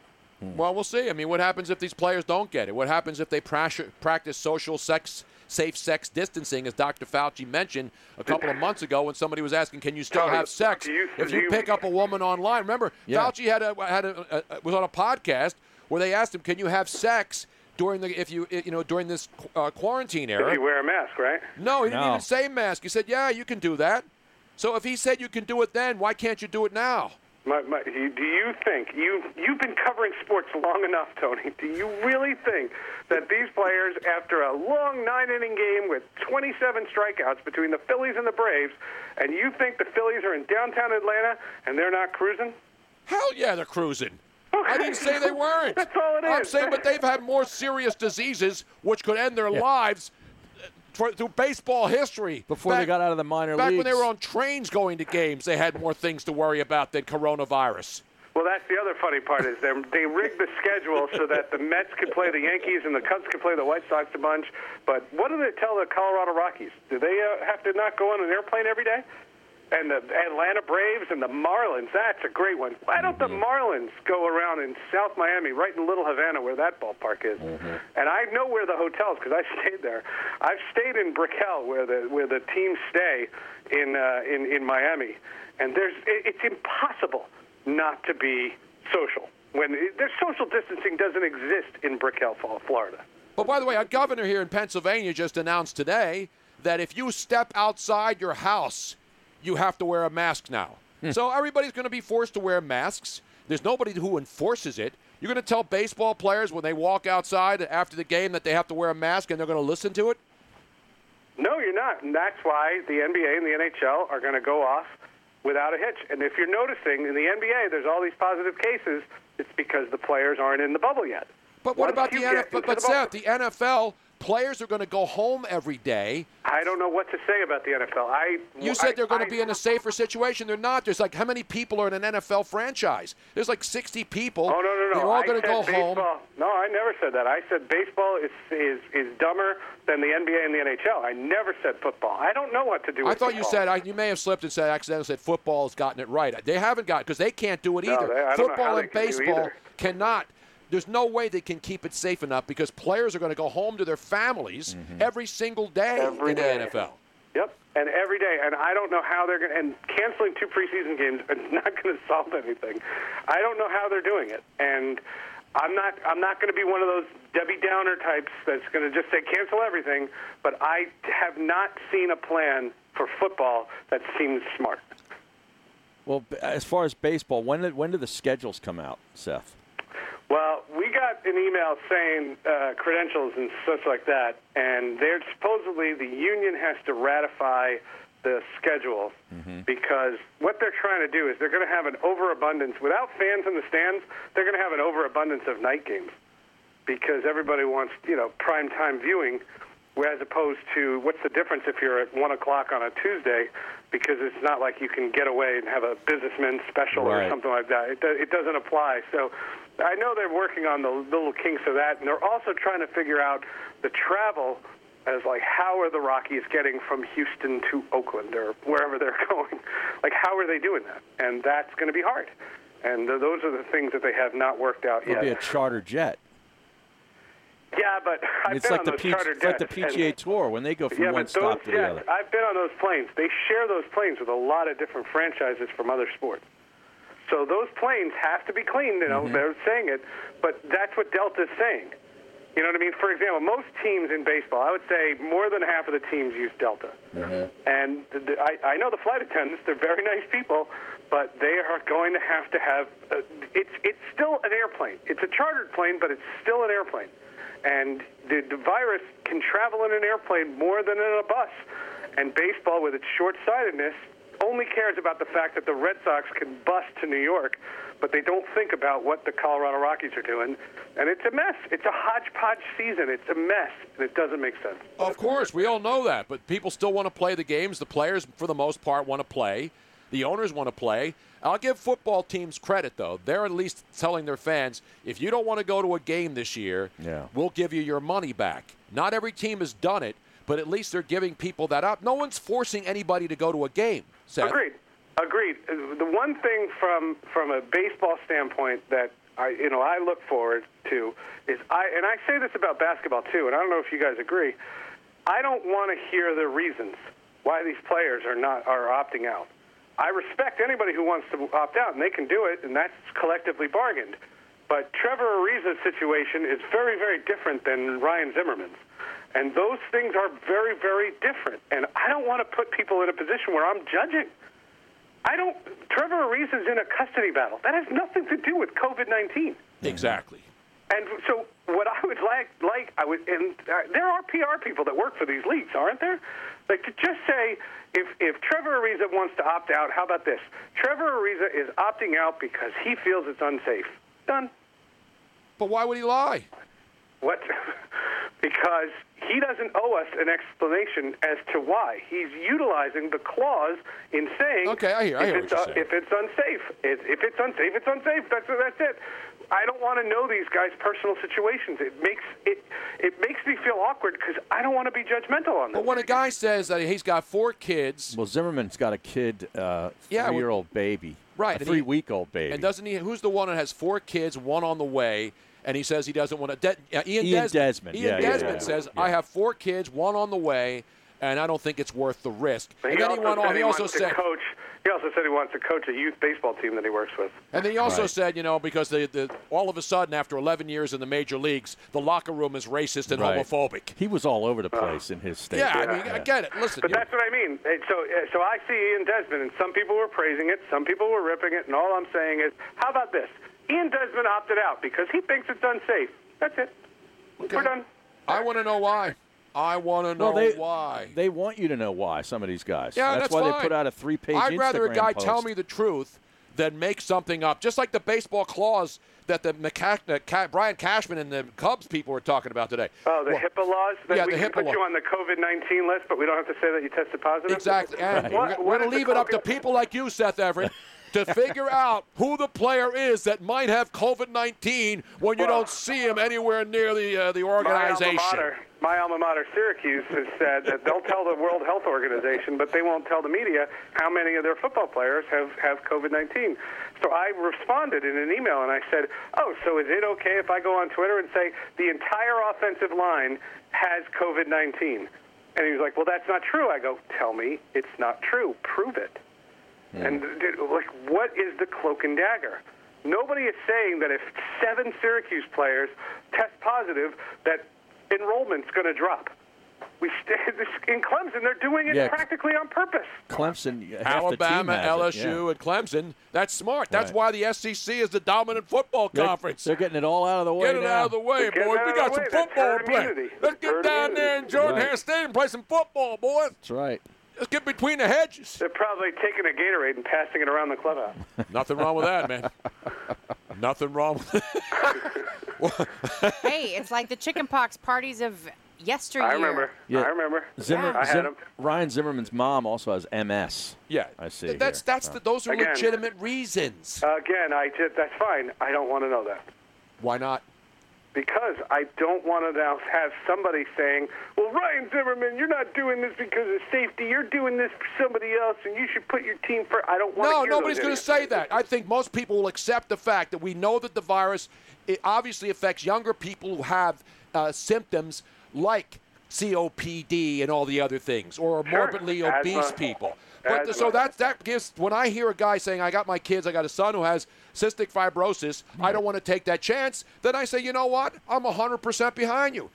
[SPEAKER 2] Well, we'll see. I mean, what happens if these players don't get it? What happens if they prasure- practice social sex, safe sex distancing, as Dr. Fauci mentioned a couple of months ago when somebody was asking, "Can you still
[SPEAKER 14] Tony,
[SPEAKER 2] have sex
[SPEAKER 14] do you-
[SPEAKER 2] if
[SPEAKER 14] do
[SPEAKER 2] you
[SPEAKER 14] you-
[SPEAKER 2] pick up a woman online?" Remember,
[SPEAKER 14] Yeah.
[SPEAKER 2] Fauci had a had a, a, was on a podcast where they asked him, "Can you have sex during the if you you know during this uh, quarantine era?"
[SPEAKER 14] If you wear a mask, right?
[SPEAKER 2] No, he didn't
[SPEAKER 14] No.
[SPEAKER 2] even say mask. He said, "Yeah, you can do that." So if he said you can do it then, why can't you do it now?
[SPEAKER 14] My, my, you- do you think you you've been covering sports long enough, Tony? Do you really think that these players, after a long nine-inning game with 27 strikeouts between the Phillies and the Braves, and you think the Phillies are in downtown Atlanta and they're not cruising?
[SPEAKER 2] Hell yeah, they're cruising. I didn't say they weren't. That's all it I'm saying, but they've had more serious diseases which could end their lives uh, for, through baseball history.
[SPEAKER 3] Before they got out of the minor
[SPEAKER 2] back when
[SPEAKER 3] leagues.
[SPEAKER 2] they were on trains going to games, they had more things to worry about than coronavirus.
[SPEAKER 14] Well, that's the other funny part is they they rigged the schedule so that the Mets could play the Yankees and the Cubs could play the White Sox a bunch. But what do they tell the Colorado Rockies? Do they uh, have to not go on an airplane every day? And the Atlanta Braves and the Marlins, that's a great one. Why don't the Marlins go around in South Miami, right in Little Havana, where that ballpark is? And I know where the hotels because I stayed there. I've stayed in Brickell, where the where the teams stay in uh, in in Miami, and there's it, it's impossible not to be social when it, their social distancing doesn't exist in Brickell, Florida.
[SPEAKER 2] But by the way, our governor here in Pennsylvania just announced today that if you step outside your house, you have to wear a mask now. So everybody's going to be forced to wear masks. There's nobody who enforces it. You're going to tell baseball players when they walk outside after the game that they have to wear a mask and they're going to listen to it?
[SPEAKER 14] No, you're not. And that's why the NBA and the NHL are going to go off without a hitch. And if you're noticing in the NBA, there's all these positive cases, it's because the players aren't in the bubble yet.
[SPEAKER 2] But what
[SPEAKER 14] Once
[SPEAKER 2] about the
[SPEAKER 14] you
[SPEAKER 2] NFL?
[SPEAKER 14] get
[SPEAKER 2] But,
[SPEAKER 14] into
[SPEAKER 2] but
[SPEAKER 14] the bubble-
[SPEAKER 2] Seth, the NFL players are going to go home every day.
[SPEAKER 14] I don't know what to say about the NFL. I
[SPEAKER 2] You
[SPEAKER 14] I-
[SPEAKER 2] said they're going
[SPEAKER 14] I-
[SPEAKER 2] to be in a safer situation. They're not. There's like how many people are in an NFL franchise? There's like 60 people.
[SPEAKER 14] Oh no, no, no!
[SPEAKER 2] They're all
[SPEAKER 14] I
[SPEAKER 2] going to
[SPEAKER 14] said
[SPEAKER 2] go
[SPEAKER 14] baseball.
[SPEAKER 2] home.
[SPEAKER 14] No, I never said that. I said baseball is is is dumber than the NBA and the NHL. I never said football. I don't know what to do.
[SPEAKER 2] I
[SPEAKER 14] with
[SPEAKER 2] thought you
[SPEAKER 14] football.
[SPEAKER 2] said I, you may have slipped and said accidentally said football has gotten it right. They haven't got because they can't do it
[SPEAKER 14] No,
[SPEAKER 2] either.
[SPEAKER 14] they- I don't know how
[SPEAKER 2] football
[SPEAKER 14] they
[SPEAKER 2] and
[SPEAKER 14] can do
[SPEAKER 2] baseball
[SPEAKER 14] either.
[SPEAKER 2] cannot. There's no way they can keep it safe enough because players are going to go home to their families every single day in the NFL.
[SPEAKER 14] Yep, and every day, and I don't know how they're going. to And canceling two preseason games is not going to solve anything. I don't know how they're doing it, and I'm not. I'm not going to be one of those Debbie Downer types that's going to just say cancel everything. But I have not seen a plan for football that seems smart.
[SPEAKER 3] Well, b- as far as baseball, when did, when do the schedules come out, Seth?
[SPEAKER 14] Well, we got an email saying uh, credentials and such like that, and they're supposedly the union has to ratify the schedule because what they're trying to do is they're going to have an overabundance without fans in the stands. They're going to have an overabundance of night games because everybody wants you know prime time viewing, as opposed to what's the difference if you're at one o'clock on a Tuesday because it's not like you can get away and have a businessman special or
[SPEAKER 15] Right.
[SPEAKER 14] something like that. It, do, it doesn't apply. So I know they're working on the little kinks of that, and they're also trying to figure out the travel as like how are the Rockies getting from Houston to Oakland or wherever they're going? Like how are they doing that? And that's going to be hard. And th- those are the things that they have not worked out
[SPEAKER 3] It'll
[SPEAKER 14] yet.
[SPEAKER 3] be a charter jet.
[SPEAKER 14] Yeah, but I've
[SPEAKER 3] it's
[SPEAKER 14] been
[SPEAKER 3] like
[SPEAKER 14] on
[SPEAKER 3] the,
[SPEAKER 14] those
[SPEAKER 3] P-
[SPEAKER 14] charter
[SPEAKER 3] it's like the
[SPEAKER 14] jets, and-
[SPEAKER 3] PGA Tour when they go from
[SPEAKER 14] yeah,
[SPEAKER 3] one
[SPEAKER 14] but those
[SPEAKER 3] stop to the
[SPEAKER 14] jets,
[SPEAKER 3] other.
[SPEAKER 14] I've been on those planes. They share those planes with a lot of different franchises from other sports. So those planes have to be cleaned. You
[SPEAKER 3] Mm-hmm.
[SPEAKER 14] know, they're saying it, but that's what Delta's saying. You know what I mean? For example, most teams in baseball, I would say more than half of the teams use Delta.
[SPEAKER 3] Mm-hmm.
[SPEAKER 14] And th- th- I, I know the flight attendants; they're very nice people, but they are going to have to have. Uh, it's it's still an airplane. It's a chartered plane, but it's still an airplane. And the, the virus can travel in an airplane more than in a bus. And baseball, with its short-sightedness, only cares about the fact that the Red Sox can bust to New York, but they don't think about what the Colorado Rockies are doing. And it's a mess. It's a hodgepodge season. It's a mess, and it doesn't make sense.
[SPEAKER 2] Of course, we all know that, but people still want to play the games. The players, for the most part, want to play. The owners want to play. I'll give football teams credit, though. They're at least telling their fans if you don't want to go to a game this year,
[SPEAKER 3] Yeah.
[SPEAKER 2] we'll give you your money back. Not every team has done it, but at least they're giving people that up. No one's forcing anybody to go to a game. Seth.
[SPEAKER 14] Agreed. Agreed. Uh, The one thing from from a baseball standpoint that I you know I look forward to is I and I say this about basketball too, and I don't know if you guys agree. I don't want to hear the reasons why these players are not are opting out. I respect anybody who wants to opt out, and they can do it, and that's collectively bargained. But Trevor Ariza's situation is very, very different than Ryan Zimmerman's. And those things are very, very different. And I don't want to put people in a position where I'm judging. I don't. Trevor Ariza is in a custody battle. That has nothing to do with COVID 19.
[SPEAKER 2] Exactly.
[SPEAKER 14] And so, what I would like, like I would, and uh, there are PR people that work for these leagues, aren't there? Like to just say, if if Trevor Ariza wants to opt out, how about this? Trevor Ariza is opting out because he feels it's unsafe. Done.
[SPEAKER 2] But why would he lie?
[SPEAKER 14] What? because he doesn't owe us an explanation as to why. He's utilizing the clause in saying,
[SPEAKER 2] Okay, I hear- I
[SPEAKER 14] if
[SPEAKER 2] hear
[SPEAKER 14] it's,
[SPEAKER 2] what you're
[SPEAKER 14] uh,
[SPEAKER 2] saying.
[SPEAKER 14] if it's unsafe, if, if it's unsafe, it's unsafe. That's that's it. I don't want to know these guys' personal situations. It makes it it makes me feel awkward because I don't want to be judgmental on them.
[SPEAKER 2] But when a guy says that he's got four kids,
[SPEAKER 3] Well, Zimmerman's got a kid, uh,
[SPEAKER 2] Yeah, well-
[SPEAKER 3] three-year-old baby,
[SPEAKER 2] Right,
[SPEAKER 3] a
[SPEAKER 2] and he-
[SPEAKER 3] three-week-old baby.
[SPEAKER 2] and doesn't he? Who's the one that has four kids, one on the way? And he says he doesn't want to. De- uh, Ian,
[SPEAKER 3] Ian
[SPEAKER 2] Desmond,
[SPEAKER 3] Desmond,
[SPEAKER 2] Ian
[SPEAKER 3] yeah, yeah,
[SPEAKER 2] Desmond
[SPEAKER 3] yeah.
[SPEAKER 2] says, "I have four kids, one on the way, and I don't think it's worth the risk."
[SPEAKER 14] But
[SPEAKER 2] and
[SPEAKER 14] he
[SPEAKER 2] then
[SPEAKER 14] also
[SPEAKER 2] he went
[SPEAKER 14] said
[SPEAKER 2] on. He also
[SPEAKER 14] wants
[SPEAKER 2] said,
[SPEAKER 14] to coach. He also said he wants to coach a youth baseball team that he works with.
[SPEAKER 2] And then he also
[SPEAKER 14] Right.
[SPEAKER 2] said, you know, because the, the all of a sudden after 11 years in the major leagues, the locker room is racist and
[SPEAKER 3] Right.
[SPEAKER 2] homophobic.
[SPEAKER 3] He was all over the place in his state.
[SPEAKER 2] Uh, Yeah, I mean, I get it. Listen,
[SPEAKER 14] But
[SPEAKER 2] you-
[SPEAKER 14] that's what I mean. And So, uh, so I see Ian Desmond, and some people were praising it, some people were ripping it, and all I'm saying is, how about this? Ian Desmond opted out because he thinks it's unsafe. That's it. We're done.
[SPEAKER 2] I want to know why. I want to know
[SPEAKER 3] Well, they-
[SPEAKER 2] why.
[SPEAKER 3] They want you to know why some of these guys.
[SPEAKER 2] Yeah,
[SPEAKER 3] that's,
[SPEAKER 2] that's,
[SPEAKER 3] why
[SPEAKER 2] fine.
[SPEAKER 3] they put out a three-page.
[SPEAKER 2] I'd rather a
[SPEAKER 3] Instagram
[SPEAKER 2] guy
[SPEAKER 3] post.
[SPEAKER 2] tell me the truth than make something up, just like the baseball clause that the McCa- the Ca- Brian Cashman and the Cubs people were talking about today.
[SPEAKER 14] Oh, the
[SPEAKER 2] Well,
[SPEAKER 14] HIPAA laws that
[SPEAKER 2] yeah,
[SPEAKER 14] we
[SPEAKER 2] the
[SPEAKER 14] can put
[SPEAKER 2] HIPAA
[SPEAKER 14] you on the COVID-19 list, but we don't have to say that you tested positive.
[SPEAKER 2] Exactly.
[SPEAKER 14] What-
[SPEAKER 2] And we're-
[SPEAKER 14] what
[SPEAKER 2] we're going
[SPEAKER 14] is
[SPEAKER 2] to
[SPEAKER 14] the
[SPEAKER 2] leave it up to people like you, Seth Everett, to figure out who the player is that might have COVID 19 when you don't see him anywhere near the, uh, the organization.
[SPEAKER 14] My alma mater, my alma mater Syracuse, has said that they'll tell the World Health Organization, but they won't tell the media how many of their football players have, have COVID 19. So I responded in an email and I said, Oh, so is it okay if I go on Twitter and say the entire offensive line has COVID 19? And he was like, Well, that's not true. I go, Tell me it's not true. Prove it. And uh, dude, like, what is the cloak and dagger? Nobody is saying that if seven Syracuse players test positive, that enrollment's going to drop. We st- this, in Clemson, they're doing it
[SPEAKER 3] Yeah.
[SPEAKER 14] practically on purpose.
[SPEAKER 3] Clemson, half the team
[SPEAKER 2] Alabama,
[SPEAKER 3] has it,
[SPEAKER 2] LSU,
[SPEAKER 3] yeah.
[SPEAKER 2] and Clemson. That's smart. That's
[SPEAKER 3] Right.
[SPEAKER 2] why the SEC is the dominant football
[SPEAKER 3] They're-
[SPEAKER 2] conference.
[SPEAKER 3] They're getting it all out of the way.
[SPEAKER 2] Get it
[SPEAKER 3] now.
[SPEAKER 2] out of the way, boys. We got some football to play. Let's get down there and Jordan
[SPEAKER 3] Right.
[SPEAKER 2] Hare Stadium and play some football, boys.
[SPEAKER 3] That's right.
[SPEAKER 2] Let's get between the hedges.
[SPEAKER 14] They're probably taking a Gatorade and passing it around the clubhouse.
[SPEAKER 2] Nothing wrong with that, man. Nothing wrong with that.
[SPEAKER 4] hey, it's like the chickenpox parties of yesteryear.
[SPEAKER 14] I remember. I remember.
[SPEAKER 3] Zimmer,
[SPEAKER 14] I had
[SPEAKER 3] Zim-
[SPEAKER 14] him.
[SPEAKER 3] Ryan Zimmerman's mom also has MS.
[SPEAKER 2] Yeah,
[SPEAKER 3] I see.
[SPEAKER 2] Th- that's
[SPEAKER 3] here.
[SPEAKER 2] that's
[SPEAKER 3] Wow.
[SPEAKER 2] the, those are
[SPEAKER 14] Again.
[SPEAKER 2] legitimate reasons.
[SPEAKER 14] Again, I did. That's fine. I don't want to know that.
[SPEAKER 2] Why not?
[SPEAKER 14] Because I don't want to now have somebody saying, well, Ryan Zimmerman, you're not doing this because of safety. You're doing this for somebody else, and you should put your team first. I don't want to
[SPEAKER 2] No,
[SPEAKER 14] hear
[SPEAKER 2] nobody's
[SPEAKER 14] going to
[SPEAKER 2] say that. I think most people will accept the fact that we know that the virus it obviously affects younger people who have uh, symptoms like COPD and all the other things, or
[SPEAKER 13] Sure.
[SPEAKER 2] morbidly
[SPEAKER 13] Asthma.
[SPEAKER 2] obese people. But
[SPEAKER 13] Asthma.
[SPEAKER 2] so that that gives when I hear a guy saying, "I got my kids, I got a son who has cystic fibrosis, I don't want to take that chance," then I say, "You know what? I'm 100% behind you."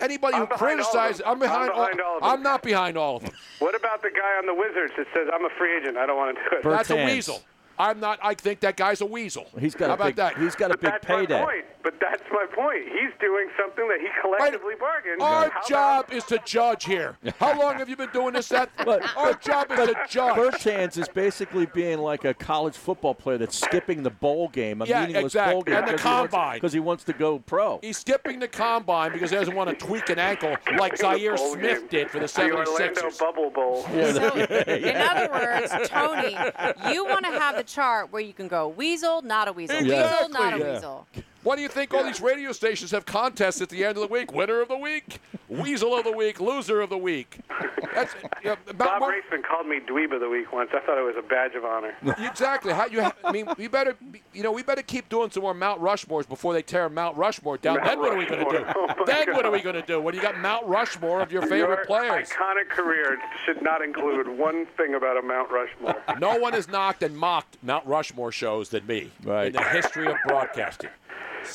[SPEAKER 2] Anybody who
[SPEAKER 14] I'm behind all of them.
[SPEAKER 2] criticizes, I'm
[SPEAKER 14] I'm
[SPEAKER 2] behind,
[SPEAKER 14] behind all of them.
[SPEAKER 2] I'm not behind all of them.
[SPEAKER 14] What about the guy on the Wizards that says, I'm a free agent. I don't want to do it?
[SPEAKER 2] That's a weasel. I'm not. I think that guy's a weasel.
[SPEAKER 3] He's got
[SPEAKER 2] How
[SPEAKER 3] a
[SPEAKER 2] about
[SPEAKER 3] big-
[SPEAKER 2] that?
[SPEAKER 3] he's got a
[SPEAKER 2] But
[SPEAKER 3] big
[SPEAKER 2] that's my
[SPEAKER 3] payday.
[SPEAKER 14] Point. But that's my point. He's doing something that he collectively bargained.
[SPEAKER 2] Our
[SPEAKER 14] How about-
[SPEAKER 2] job is to judge here. How long have you been doing this, Seth? Our job is to judge.
[SPEAKER 3] Bertans is basically being like a college football player that's skipping the bowl game, a
[SPEAKER 2] Yeah,
[SPEAKER 3] meaningless bowl
[SPEAKER 2] exactly.
[SPEAKER 3] game,
[SPEAKER 2] And the combine.
[SPEAKER 3] because he, wants to go pro.
[SPEAKER 2] He's skipping the combine because he doesn't want to tweak an ankle like Zaire Smith did for the
[SPEAKER 14] The Orlando
[SPEAKER 2] 76ers.
[SPEAKER 14] Bubble Bowl.
[SPEAKER 3] Yeah, that-
[SPEAKER 4] In other words, Tony, you want to have the chart where you can go weasel, not a weasel, weasel, not a
[SPEAKER 2] Exactly.
[SPEAKER 4] weasel.
[SPEAKER 2] Why do you think all these radio stations have contests at the end of the week? Winner of the week, weasel of the week, loser of the week. That's yeah, about
[SPEAKER 14] Bob Raceman called me Dweeb of the Week once. I thought it was a badge of honor.
[SPEAKER 2] Exactly. How you? ha- I mean, we better. be- You know, we better keep doing some more Mount Rushmores before they tear Mount Rushmore down.
[SPEAKER 14] Mount
[SPEAKER 2] then what are we going to do?
[SPEAKER 14] Rushmore. Oh, my
[SPEAKER 2] then what are
[SPEAKER 14] God.
[SPEAKER 2] we going to do when you got Mount Rushmore of your
[SPEAKER 14] Your
[SPEAKER 2] favorite players?
[SPEAKER 14] iconic career should not include one thing about a Mount Rushmore.
[SPEAKER 2] No one has knocked and mocked Mount Rushmore shows than me in the history of broadcasting.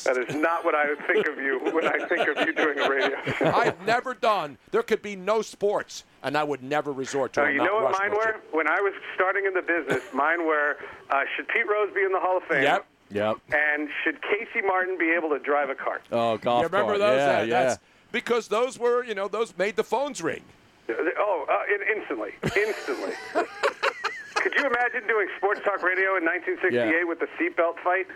[SPEAKER 14] That is not what I think of you when I think of you doing a radio.
[SPEAKER 2] I've never done. There could be no sports, and I would never resort to.
[SPEAKER 14] Uh,
[SPEAKER 2] a
[SPEAKER 14] you
[SPEAKER 2] Mount
[SPEAKER 14] know what mine
[SPEAKER 2] Rushmore.
[SPEAKER 14] were? When I was starting in the business, mine were uh, should Pete Rose be in the Hall of Fame?
[SPEAKER 2] Yep. Yep.
[SPEAKER 14] And should Casey Martin be able to drive a cart?
[SPEAKER 3] Oh, golf
[SPEAKER 2] You remember
[SPEAKER 3] cart.
[SPEAKER 2] those?
[SPEAKER 3] Yeah,
[SPEAKER 2] That-
[SPEAKER 3] yeah.
[SPEAKER 2] That's because those were, you know, those made the phones ring.
[SPEAKER 14] Oh, uh, in- instantly. Instantly. Could you imagine doing sports talk radio in 1968
[SPEAKER 2] Yeah.
[SPEAKER 14] with the seatbelt fight?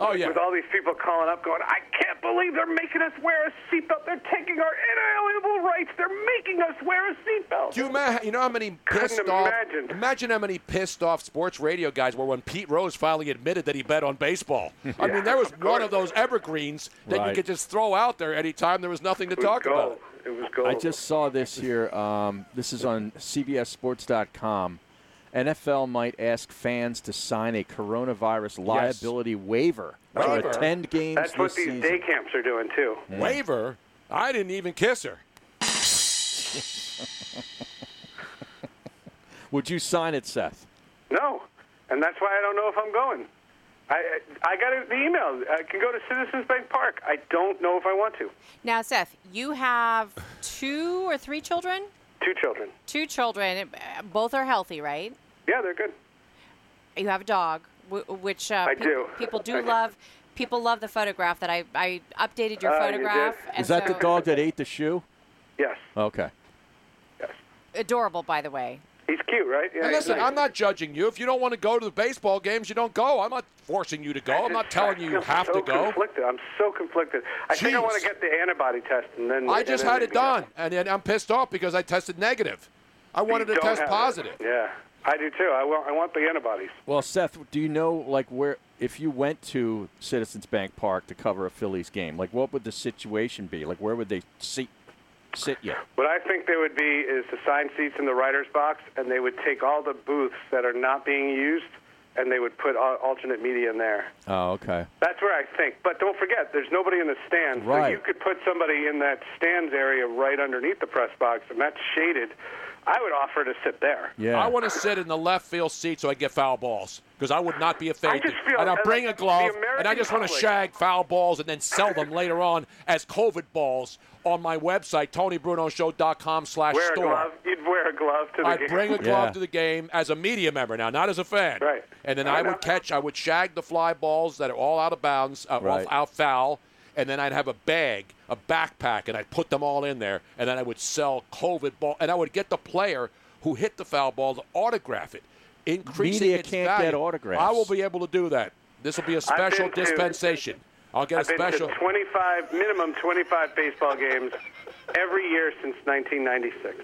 [SPEAKER 2] Oh, yeah.
[SPEAKER 14] With all these people calling up going, I can't believe they're making us wear a seatbelt. They're taking our inalienable rights. They're making us wear a seatbelt.
[SPEAKER 2] Do you, ma- you know how many
[SPEAKER 14] Couldn't
[SPEAKER 2] pissed off?
[SPEAKER 14] imagine.
[SPEAKER 2] Imagine how many pissed off sports radio guys were when Pete Rose finally admitted that he bet on baseball. I mean, there was one of those evergreens that you
[SPEAKER 3] Right.
[SPEAKER 2] could just throw out there anytime there was nothing to
[SPEAKER 14] It was
[SPEAKER 2] talk
[SPEAKER 14] gold.
[SPEAKER 2] about.
[SPEAKER 14] It was gold.
[SPEAKER 3] I just saw this here. Um, this is on CBSSports.com. NFL might ask fans to sign a coronavirus liability waiver to
[SPEAKER 14] Waiver.
[SPEAKER 3] attend games
[SPEAKER 14] That's
[SPEAKER 3] this
[SPEAKER 14] what these
[SPEAKER 3] season.
[SPEAKER 14] day camps are doing, too.
[SPEAKER 2] Mm. Waiver? I didn't even kiss her.
[SPEAKER 3] Would you sign it, Seth?
[SPEAKER 14] No, and that's why I don't know if I'm going. I I got the email. I can go to Citizens Bank Park. I don't know if I want to.
[SPEAKER 4] Now, Seth, you have two or three children?
[SPEAKER 14] Two children.
[SPEAKER 4] Two children. uh, Both are healthy, right?
[SPEAKER 14] Yeah, they're good.
[SPEAKER 4] You have a dog, wh- which uh,
[SPEAKER 14] I
[SPEAKER 4] peop-
[SPEAKER 14] do.
[SPEAKER 4] people do
[SPEAKER 14] I do.
[SPEAKER 4] love. People love the photograph that I, I updated your
[SPEAKER 14] Ah, you
[SPEAKER 4] photograph.
[SPEAKER 14] did.
[SPEAKER 4] and
[SPEAKER 3] Is that the
[SPEAKER 4] so-
[SPEAKER 3] dog that ate the shoe?
[SPEAKER 14] Yes.
[SPEAKER 3] Okay.
[SPEAKER 4] Adorable, by the way.
[SPEAKER 14] He's cute, right?
[SPEAKER 2] and
[SPEAKER 14] he's
[SPEAKER 2] listen,
[SPEAKER 14] nice.
[SPEAKER 2] I'm not judging you. If you don't want to go to the baseball games, you don't go. I'm not forcing you to go. I'm not telling you you
[SPEAKER 14] I'm
[SPEAKER 2] have
[SPEAKER 14] so
[SPEAKER 2] to go.
[SPEAKER 14] Conflicted. I'm so conflicted. I think I
[SPEAKER 2] Jeez.
[SPEAKER 14] want to get the antibody test and then.
[SPEAKER 2] I
[SPEAKER 14] and
[SPEAKER 2] just
[SPEAKER 14] then
[SPEAKER 2] had it
[SPEAKER 14] maybe
[SPEAKER 2] done, and, and I'm pissed off because I tested negative. I wanted
[SPEAKER 14] You
[SPEAKER 2] to
[SPEAKER 14] don't
[SPEAKER 2] test
[SPEAKER 14] have it.
[SPEAKER 2] positive.
[SPEAKER 14] Yeah, I do too. I want I want the antibodies.
[SPEAKER 3] Well, Seth, do you know like where if you went to Citizens Bank Park to cover a Phillies game, like what would the situation be? Like where would they sit sit you?
[SPEAKER 14] What I think they would be is to sign seats in the writers' box, and they would take all the booths that are not being used, and they would put al- alternate media in there.
[SPEAKER 3] Oh, okay.
[SPEAKER 14] That's where I think. But don't forget, there's nobody in the stands. So
[SPEAKER 3] Right.
[SPEAKER 14] you could put somebody in that stands area right underneath the press box, and that's shaded. I would offer to sit there.
[SPEAKER 2] I want to sit in the left field seat so I get foul balls because I would not be afraid.
[SPEAKER 14] just
[SPEAKER 2] to.
[SPEAKER 14] feel-
[SPEAKER 2] and I
[SPEAKER 14] uh,
[SPEAKER 2] bring a
[SPEAKER 14] like,
[SPEAKER 2] glove
[SPEAKER 14] the American
[SPEAKER 2] and I just want to
[SPEAKER 14] public-
[SPEAKER 2] shag foul balls and then sell them later on as COVID balls on my website tonybrunoshow.com slash
[SPEAKER 14] Wear a glove.
[SPEAKER 2] store.
[SPEAKER 14] You'd wear a glove to the
[SPEAKER 2] I'd
[SPEAKER 14] game.
[SPEAKER 2] bring a glove to the game as a media member now, not as a fan.
[SPEAKER 14] Right.
[SPEAKER 2] And then
[SPEAKER 14] I
[SPEAKER 2] I,
[SPEAKER 14] know.
[SPEAKER 2] would catch, I would shag the fly balls that are all out of bounds, uh,
[SPEAKER 3] Right.
[SPEAKER 2] off, out foul, and then I'd have a bag, a backpack, and I'd put them all in there, and then I would sell COVID ball, and I would get the player who hit the foul ball to autograph it, increasing
[SPEAKER 3] Media
[SPEAKER 2] its
[SPEAKER 3] can't
[SPEAKER 2] value.
[SPEAKER 3] get autographs.
[SPEAKER 2] I will be able to do that. This will be a special
[SPEAKER 14] been to-
[SPEAKER 2] dispensation. I'll get
[SPEAKER 14] I've
[SPEAKER 2] a special.
[SPEAKER 14] been to 25, minimum 25 baseball games every year since 1996.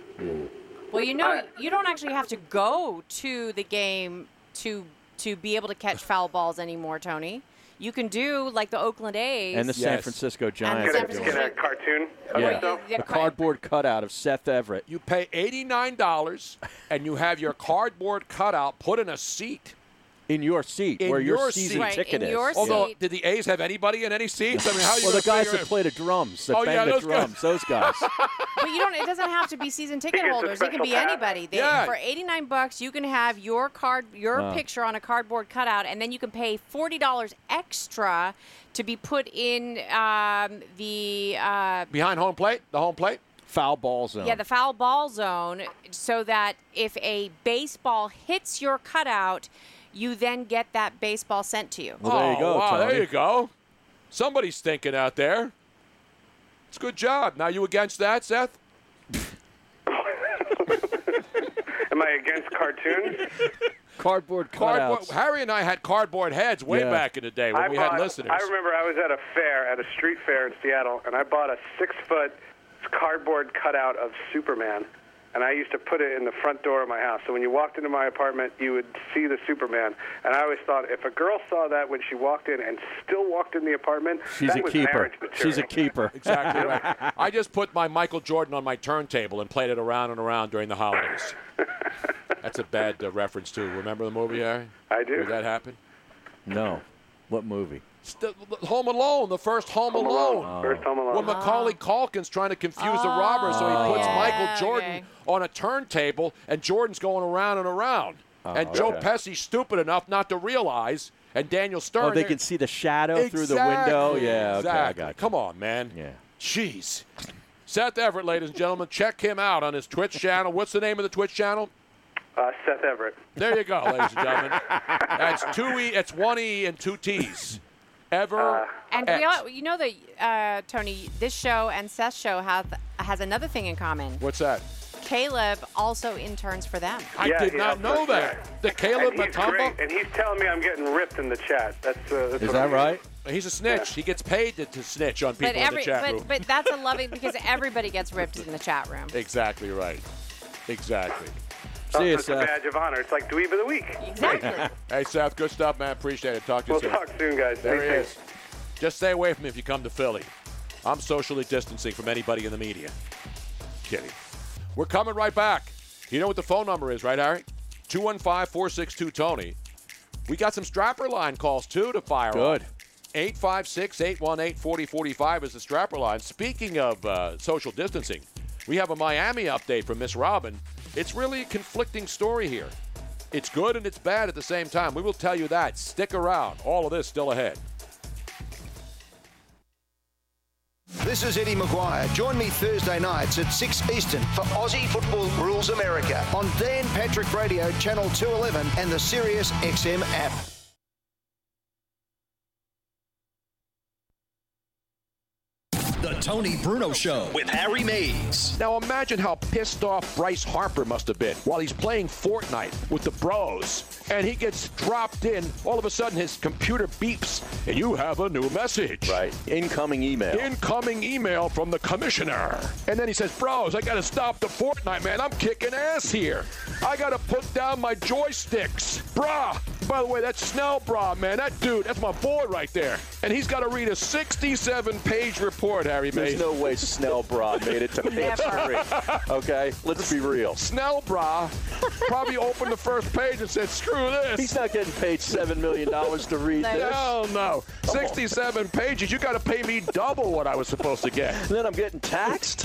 [SPEAKER 4] Well, you know, you don't actually have to go to the game to to be able to catch foul balls anymore, Tony. You can do like the Oakland A's
[SPEAKER 3] And the San Francisco Giants.
[SPEAKER 4] San
[SPEAKER 3] are doing
[SPEAKER 4] Francisco-
[SPEAKER 3] it.
[SPEAKER 14] Get a cartoon. of
[SPEAKER 3] Yeah.
[SPEAKER 14] myself.
[SPEAKER 3] A cardboard cutout of Seth Everett.
[SPEAKER 2] You pay $89 and you have your cardboard cutout put in a seat.
[SPEAKER 3] in your seat
[SPEAKER 2] In
[SPEAKER 3] where your,
[SPEAKER 2] your
[SPEAKER 3] season
[SPEAKER 2] seat. Right,
[SPEAKER 3] ticket
[SPEAKER 2] in
[SPEAKER 3] is.
[SPEAKER 2] your Although, seat. did the A's have anybody in any seats? I mean, how are you
[SPEAKER 3] well, the
[SPEAKER 2] gonna
[SPEAKER 3] guys
[SPEAKER 2] figure
[SPEAKER 3] that
[SPEAKER 2] it-
[SPEAKER 3] play the drums, that
[SPEAKER 2] Oh,
[SPEAKER 3] bang
[SPEAKER 2] yeah,
[SPEAKER 3] the
[SPEAKER 2] those guys.
[SPEAKER 3] drums, those guys.
[SPEAKER 4] but you don't. It doesn't have to be season ticket
[SPEAKER 2] gets a
[SPEAKER 4] holders. It can
[SPEAKER 2] special
[SPEAKER 4] be
[SPEAKER 2] pass.
[SPEAKER 4] anybody. They,
[SPEAKER 2] Yeah.
[SPEAKER 4] For eighty nine bucks, you can have your card, your
[SPEAKER 2] Wow.
[SPEAKER 4] picture on a cardboard cutout, and then you can pay forty dollars extra to be put in um, the uh,
[SPEAKER 2] Behind home plate? The home plate?
[SPEAKER 3] Foul ball zone.
[SPEAKER 4] Yeah, the foul ball zone, so that if a baseball hits your cutout, you then get that baseball sent to you.
[SPEAKER 2] Well, there you Oh, go, wow, there Tony. you go. Somebody's thinking out there. It's a good job. Now, you against that, Seth?
[SPEAKER 14] Am I against cartoons?
[SPEAKER 3] cardboard
[SPEAKER 2] Cardboard,
[SPEAKER 3] cutouts.
[SPEAKER 2] Harry and I had cardboard heads way
[SPEAKER 3] Yeah.
[SPEAKER 2] back in the day when
[SPEAKER 14] I
[SPEAKER 2] we
[SPEAKER 14] bought-
[SPEAKER 2] had listeners.
[SPEAKER 14] I remember I was at a fair, at a street fair in Seattle, and I bought a six foot cardboard cutout of Superman. And I used to put it in the front door of my house. So when you walked into my apartment, you would see the Superman. And I always thought if a girl saw that when she walked in and still walked in the apartment,
[SPEAKER 3] She's
[SPEAKER 14] that
[SPEAKER 3] a
[SPEAKER 14] was
[SPEAKER 3] keeper.
[SPEAKER 14] marriage material.
[SPEAKER 3] She's a keeper.
[SPEAKER 2] Exactly right. I just put my Michael Jordan on my turntable and played it around and around during the holidays. That's a bad uh, reference, too. Remember the movie, Harry?
[SPEAKER 14] I do.
[SPEAKER 2] Did that happen?
[SPEAKER 3] No. What movie?
[SPEAKER 2] It's the- the Home Alone, the first Home,
[SPEAKER 3] Home
[SPEAKER 2] Alone.
[SPEAKER 3] Alone, Oh. first Home Alone.
[SPEAKER 2] When Macaulay Culkin's trying to confuse the robber, so he puts Michael Jordan on a turntable, and Jordan's going around and around.
[SPEAKER 3] Oh,
[SPEAKER 2] and Joe
[SPEAKER 3] okay.
[SPEAKER 2] Pesci's stupid enough not to realize And Daniel Stern.
[SPEAKER 3] Oh, they
[SPEAKER 2] there-
[SPEAKER 3] can see the shadow through the
[SPEAKER 2] Exactly,
[SPEAKER 3] window. Yeah, okay, I
[SPEAKER 2] exactly.
[SPEAKER 3] got
[SPEAKER 2] Come on, man.
[SPEAKER 3] Yeah.
[SPEAKER 2] Jeez. Seth Everett, ladies and gentlemen, check him out on his Twitch channel. What's the name of the Twitch channel?
[SPEAKER 14] Uh, Seth Everett.
[SPEAKER 2] There you go, ladies and gentlemen. That's two e. It's one e and two t's. Ever.
[SPEAKER 4] Uh, And
[SPEAKER 2] X.
[SPEAKER 4] we all, you know that uh, Tony, this show and Seth's show have has another thing in common.
[SPEAKER 2] What's that?
[SPEAKER 4] Caleb also interns for them.
[SPEAKER 2] I
[SPEAKER 14] Yeah,
[SPEAKER 2] did
[SPEAKER 14] yeah,
[SPEAKER 2] not know
[SPEAKER 14] that's
[SPEAKER 2] that. The Caleb
[SPEAKER 14] and he's
[SPEAKER 2] Matumbo.
[SPEAKER 14] great, and he's telling me I'm getting ripped in the chat. That's, uh, that's what I'm-
[SPEAKER 2] He's a snitch. He gets paid to, to snitch on people
[SPEAKER 4] But every,
[SPEAKER 2] in the chat
[SPEAKER 4] but,
[SPEAKER 2] room.
[SPEAKER 4] but that's a loving because everybody gets ripped in the chat room.
[SPEAKER 2] exactly right. Exactly.
[SPEAKER 14] It's also, it's Oh, a
[SPEAKER 2] uh,
[SPEAKER 14] badge of honor. It's like Dweeb of the Week.
[SPEAKER 2] hey, Seth, good stuff, man. Appreciate it. Talk to you
[SPEAKER 14] We'll
[SPEAKER 2] soon.
[SPEAKER 14] talk soon, guys.
[SPEAKER 2] There
[SPEAKER 14] Stay
[SPEAKER 2] he is.
[SPEAKER 14] safe.
[SPEAKER 2] Just stay away from me if you come to Philly. I'm socially distancing from anybody in the media. Kidding. We're coming right back. You know what the phone number is, right, Harry? 215 462 Tony. We got some strapper line calls, too, to fire
[SPEAKER 3] Good.
[SPEAKER 2] 856 818 4045 is the strapper line. Speaking of uh, social distancing, we have a Miami update from Miss Robin. It's really a conflicting story here. It's good and it's bad at the same time. We will tell you that. Stick around. All of this still ahead.
[SPEAKER 15] This is Eddie McGuire. Join me Thursday nights at 6 Eastern for Aussie Football Rules America on Dan Patrick Radio, Channel 211, and the Sirius XM app.
[SPEAKER 12] The Tony Bruno Show with Harry Mays.
[SPEAKER 2] Now imagine how pissed off Bryce Harper must have been while he's playing Fortnite with the bros. And he gets dropped in. All of a sudden, his computer beeps, and you have a new message. Right.
[SPEAKER 16] Incoming email.
[SPEAKER 2] Incoming email from the commissioner. And then he says, Bros, I got to stop the Fortnite, man. I'm kicking ass here. I got to put down my joysticks. Brah. By the way, that's Snell Brah, man. That dude, that's my boy right there. And he's got to read a 67 page report, Harry Mays.
[SPEAKER 16] There's no way Snell Broad made it to page three. Okay, let's be real.
[SPEAKER 2] Snell Bra probably opened the first page and said, screw this.
[SPEAKER 16] He's not getting paid seven million dollars to read this.
[SPEAKER 2] Hell no. 67 pages. You got to pay me double what I was supposed to get.
[SPEAKER 16] Then I'm getting taxed.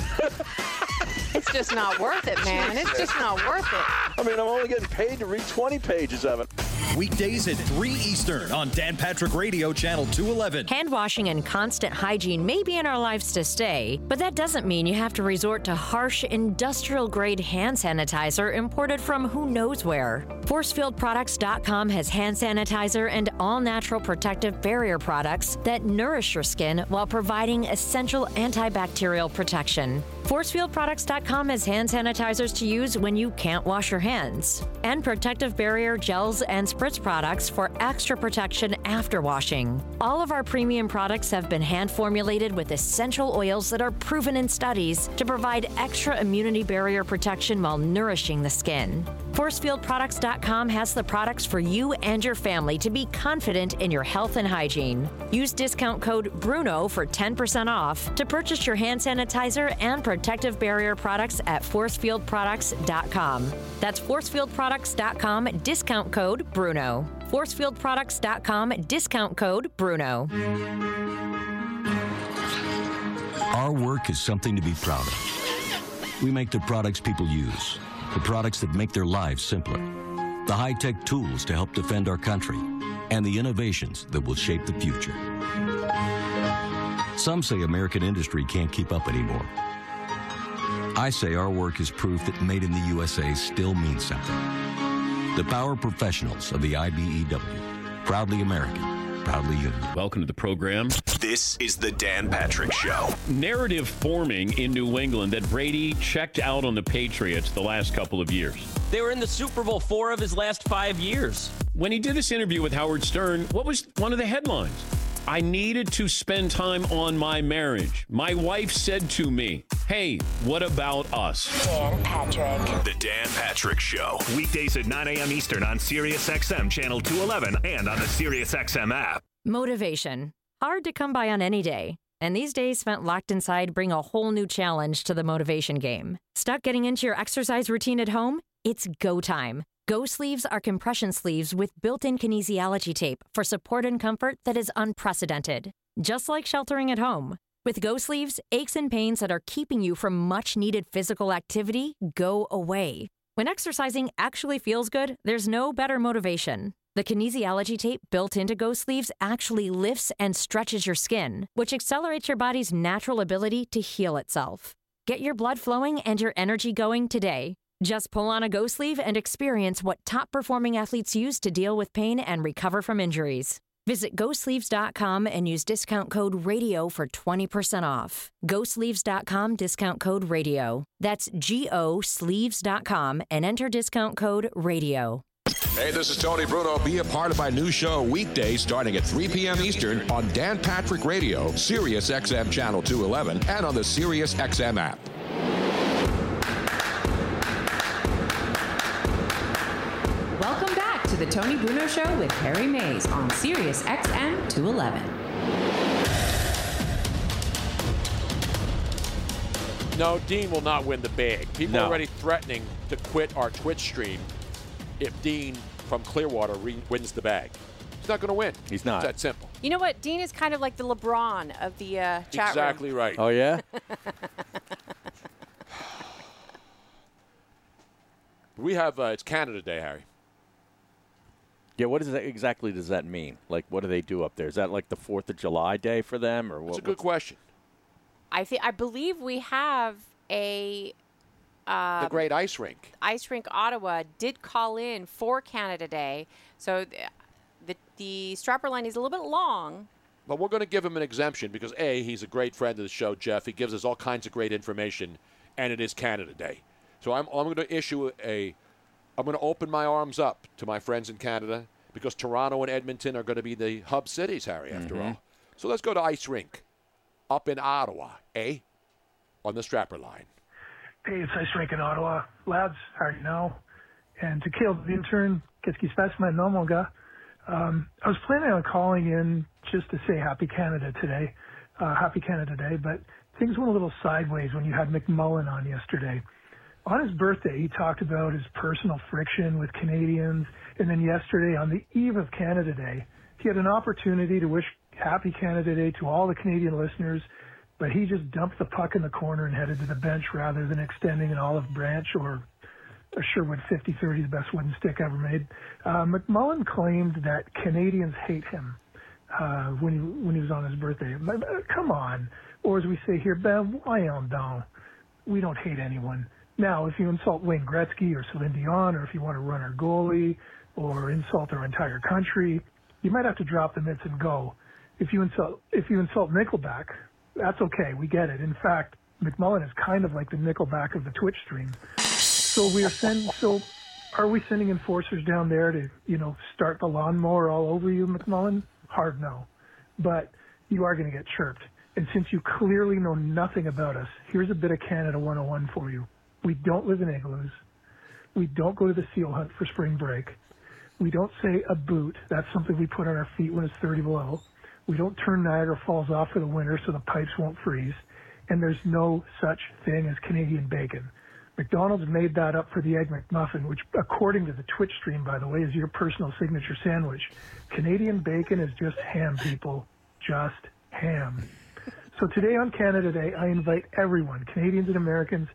[SPEAKER 4] It's just not worth it, man. It's just not worth it.
[SPEAKER 16] I mean, I'm only getting paid to read 20 pages of it.
[SPEAKER 12] Weekdays at 3 Eastern on Dan Patrick Radio, Channel 211.
[SPEAKER 17] Hand washing and constant hygiene may be in our lives to stay, but that doesn't mean you have to resort to harsh industrial grade hand sanitizer imported from who knows where. ForcefieldProducts.com has hand sanitizer and all natural protective barrier products that nourish your skin while providing essential antibacterial protection. ForcefieldProducts.com has hand sanitizers to use when you can't wash your hands, and protective barrier gels and spritz products for extra protection after washing. All of our premium products have been hand formulated with essential oils that are proven in studies to provide extra immunity barrier protection while nourishing the skin. ForcefieldProducts.com has the products for you and your family to be confident in your health and hygiene. Use discount code BRUNO for 10% off to purchase your hand sanitizer and protective barrier products at ForcefieldProducts.com. That's ForcefieldProducts.com, discount code BRUNO. ForcefieldProducts.com, discount code BRUNO.
[SPEAKER 18] Our work is something to be proud of. We make the products people use, the products that make their lives simpler, the high tech tools to help defend our country, and the innovations that will shape the future. Some say American industry can't keep up anymore. I say our work is proof that made in the USA still means something. The power professionals of the IBEW. Proudly American, proudly union.
[SPEAKER 19] Welcome to the program. This is the Dan Patrick Show. Narrative forming in New England that Brady checked out on the Patriots the last couple of years.
[SPEAKER 20] They were in the Super Bowl four of his last five years.
[SPEAKER 19] When he did this interview with Howard Stern, what was one of the headlines? I needed to spend time on my marriage. My wife said to me, Hey, what about us?
[SPEAKER 21] Dan Patrick.
[SPEAKER 19] The Dan Patrick Show.
[SPEAKER 22] Weekdays at 9 a.m. Eastern on Sirius XM Channel 211 and on the Sirius XM app.
[SPEAKER 17] Motivation. Hard to come by on any day. And these days spent locked inside bring a whole new challenge to the motivation game. Stuck getting into your exercise routine at home? It's go time. Go sleeves are compression sleeves with built in kinesiology tape for support and comfort that is unprecedented. Just like sheltering at home. With go sleeves, aches and pains that are keeping you from much needed physical activity go away. When exercising actually feels good, there's no better motivation. The kinesiology tape built into Go Sleeves actually lifts and stretches your skin, which accelerates your body's natural ability to heal itself. Get your blood flowing and your energy going today. Just pull on a Go Sleeve and experience what top performing athletes use to deal with pain and recover from injuries. Visit GoSleeves.com and use discount code RADIO for 20% off. GoSleeves.com, discount code RADIO. That's G O Sleeves.com and enter discount code RADIO.
[SPEAKER 23] Hey, this is Tony Bruno. Be a part of my new show weekdays starting at 3 p.m. Eastern on Dan Patrick Radio, Sirius XM Channel 211, and on the Sirius XM app.
[SPEAKER 1] Welcome back to the Tony Bruno Show with Harry Mays on Sirius XM 211.
[SPEAKER 2] No, Dean will not win the bag. People
[SPEAKER 3] No.
[SPEAKER 2] are already threatening to quit our Twitch stream if Dean from Clearwater re- wins the bag. He's not going to win. He's
[SPEAKER 3] not.
[SPEAKER 2] It's that simple.
[SPEAKER 4] You know what? Dean is kind of like the LeBron of the uh, chat
[SPEAKER 2] exactly
[SPEAKER 4] room.
[SPEAKER 2] right.
[SPEAKER 3] Oh yeah.
[SPEAKER 2] we have uh, it's Canada Day, Harry.
[SPEAKER 3] Yeah, what does that exactly does that mean? Like, what do they do up there? Is that like the Fourth of July day for them, or what?
[SPEAKER 2] That's a good question.
[SPEAKER 4] I think I believe we have a uh,
[SPEAKER 2] the Great Ice Rink.
[SPEAKER 4] Ice Rink Ottawa did call in for Canada Day, so th- the the strapper line is a little bit long.
[SPEAKER 2] But we're going to give him an exemption because A, he's a great friend of the show, Jeff. He gives us all kinds of great information, and it is Canada Day. So I'm, I'm going to issue a, I'm going to open my arms up to my friends in Canada because Toronto and Edmonton are going to be the hub cities, Harry, after
[SPEAKER 3] Mhm.
[SPEAKER 2] all. So let's go to Ice Rink up in Ottawa, eh? On the strapper line.
[SPEAKER 24] Hey, it's Ice Rink in Ottawa. Lads, already know. And to kill the intern, qu'est-ce qui se passe maintenant, mon gars? Um, I was planning on calling in just to say Happy Canada today, uh, Happy Canada Day, but things went a little sideways when you had McMullen on yesterday. On his birthday, he talked about his personal friction with Canadians, and then yesterday, on the eve of Canada Day, he had an opportunity to wish Happy Canada Day to all the Canadian listeners, but he just dumped the puck in the corner and headed to the bench rather than extending an olive branch or a Sherwood 50-30, the best wooden stick ever made. Uh, McMullen claimed that Canadians hate him uh, when he when he was on his birthday. But, uh, Come on, or as we say here, ben voyons donc. We don't hate anyone. Now, if you insult Wayne Gretzky or Celine Dion, or if you want to run our goalie, or insult our entire country, you might have to drop the mitts and go. If you insult if you insult Nickelback, that's okay. We get it. In fact, McMullen is kind of like the Nickelback of the Twitch stream. So we are send so are we sending enforcers down there to, you know, start the lawnmower all over you, McMullen? Hard no. But you are going to get chirped. And since you clearly know nothing about us, here's a bit of Canada 101 for you. We don't live in igloos. We don't go to the seal hunt for spring break. We don't say a boot. That's something we put on our feet when it's 30 below. We don't turn Niagara Falls off for the winter so the pipes won't freeze. And there's no such thing as Canadian bacon. McDonald's made that up for the Egg McMuffin, which, according to the Twitch stream, by the way, is your personal signature sandwich. Canadian bacon is just ham, people. Just ham. So today on Canada Day, I invite everyone, Canadians and Americans,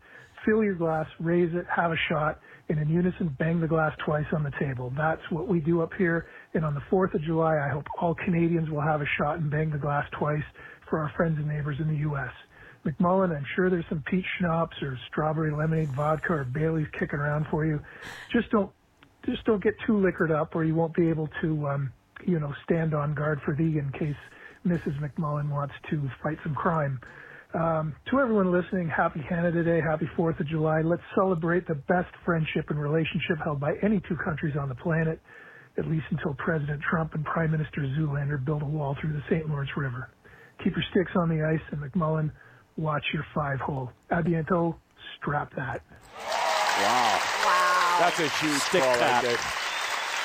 [SPEAKER 24] fill your glass, raise it, have a shot, and in unison bang the glass twice on the table. That's what we do up here. And on the 4th of July, I hope all Canadians will have a shot and bang the glass twice for our friends and neighbors in the U.S. McMullen, I'm sure there's some peach schnapps or strawberry lemonade vodka or Bailey's kicking around for you. Just don't, just don't get too liquored up, or you won't be able to, um, you know, stand on guard for thee in case Mrs. McMullen wants to fight some crime. Um, to everyone listening, happy Canada Day, happy 4th of July. Let's celebrate the best friendship and relationship held by any two countries on the planet, at least until President Trump and Prime Minister Zoolander build a wall through the St. Lawrence River. Keep your sticks on the ice, and McMullen, watch your five hole. A bientôt, strap that.
[SPEAKER 2] Wow. Wow. That's a huge
[SPEAKER 3] Stick
[SPEAKER 2] call
[SPEAKER 3] tap.
[SPEAKER 2] right there.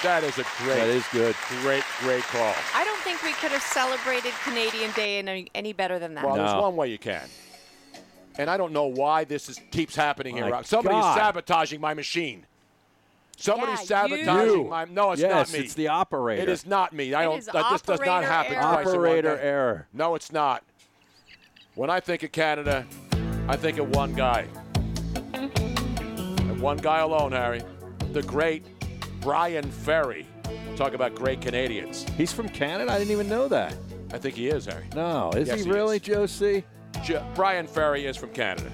[SPEAKER 2] That is a great.
[SPEAKER 3] That is good.
[SPEAKER 2] Great, great call.
[SPEAKER 4] I don't think we could have celebrated Canadian Day any, any better than that.
[SPEAKER 2] Well, there's one way you can. And I don't know why this is keeps happening here.
[SPEAKER 3] My
[SPEAKER 2] Rob. Somebody's
[SPEAKER 3] God.
[SPEAKER 2] sabotaging my machine. Somebody's
[SPEAKER 3] Yeah, you-
[SPEAKER 2] sabotaging
[SPEAKER 3] You.
[SPEAKER 2] my. No, it's
[SPEAKER 3] Yes,
[SPEAKER 2] not me.
[SPEAKER 3] it's the operator.
[SPEAKER 2] It is not me. I
[SPEAKER 3] It
[SPEAKER 2] don't.
[SPEAKER 3] is
[SPEAKER 2] that- this does not
[SPEAKER 3] operator
[SPEAKER 2] happen
[SPEAKER 3] error.
[SPEAKER 2] twice. in one
[SPEAKER 3] Operator
[SPEAKER 2] day.
[SPEAKER 3] error.
[SPEAKER 2] No, it's not. When I think of Canada, I think of one guy, and one guy alone, Harry, the great Brian Ferry. Talk about great Canadians.
[SPEAKER 3] He's from Canada? I didn't even know that.
[SPEAKER 2] I think he is, Harry.
[SPEAKER 3] No, is
[SPEAKER 2] Yes,
[SPEAKER 3] he,
[SPEAKER 2] he
[SPEAKER 3] really, Josie?
[SPEAKER 2] J- Brian Ferry is from Canada.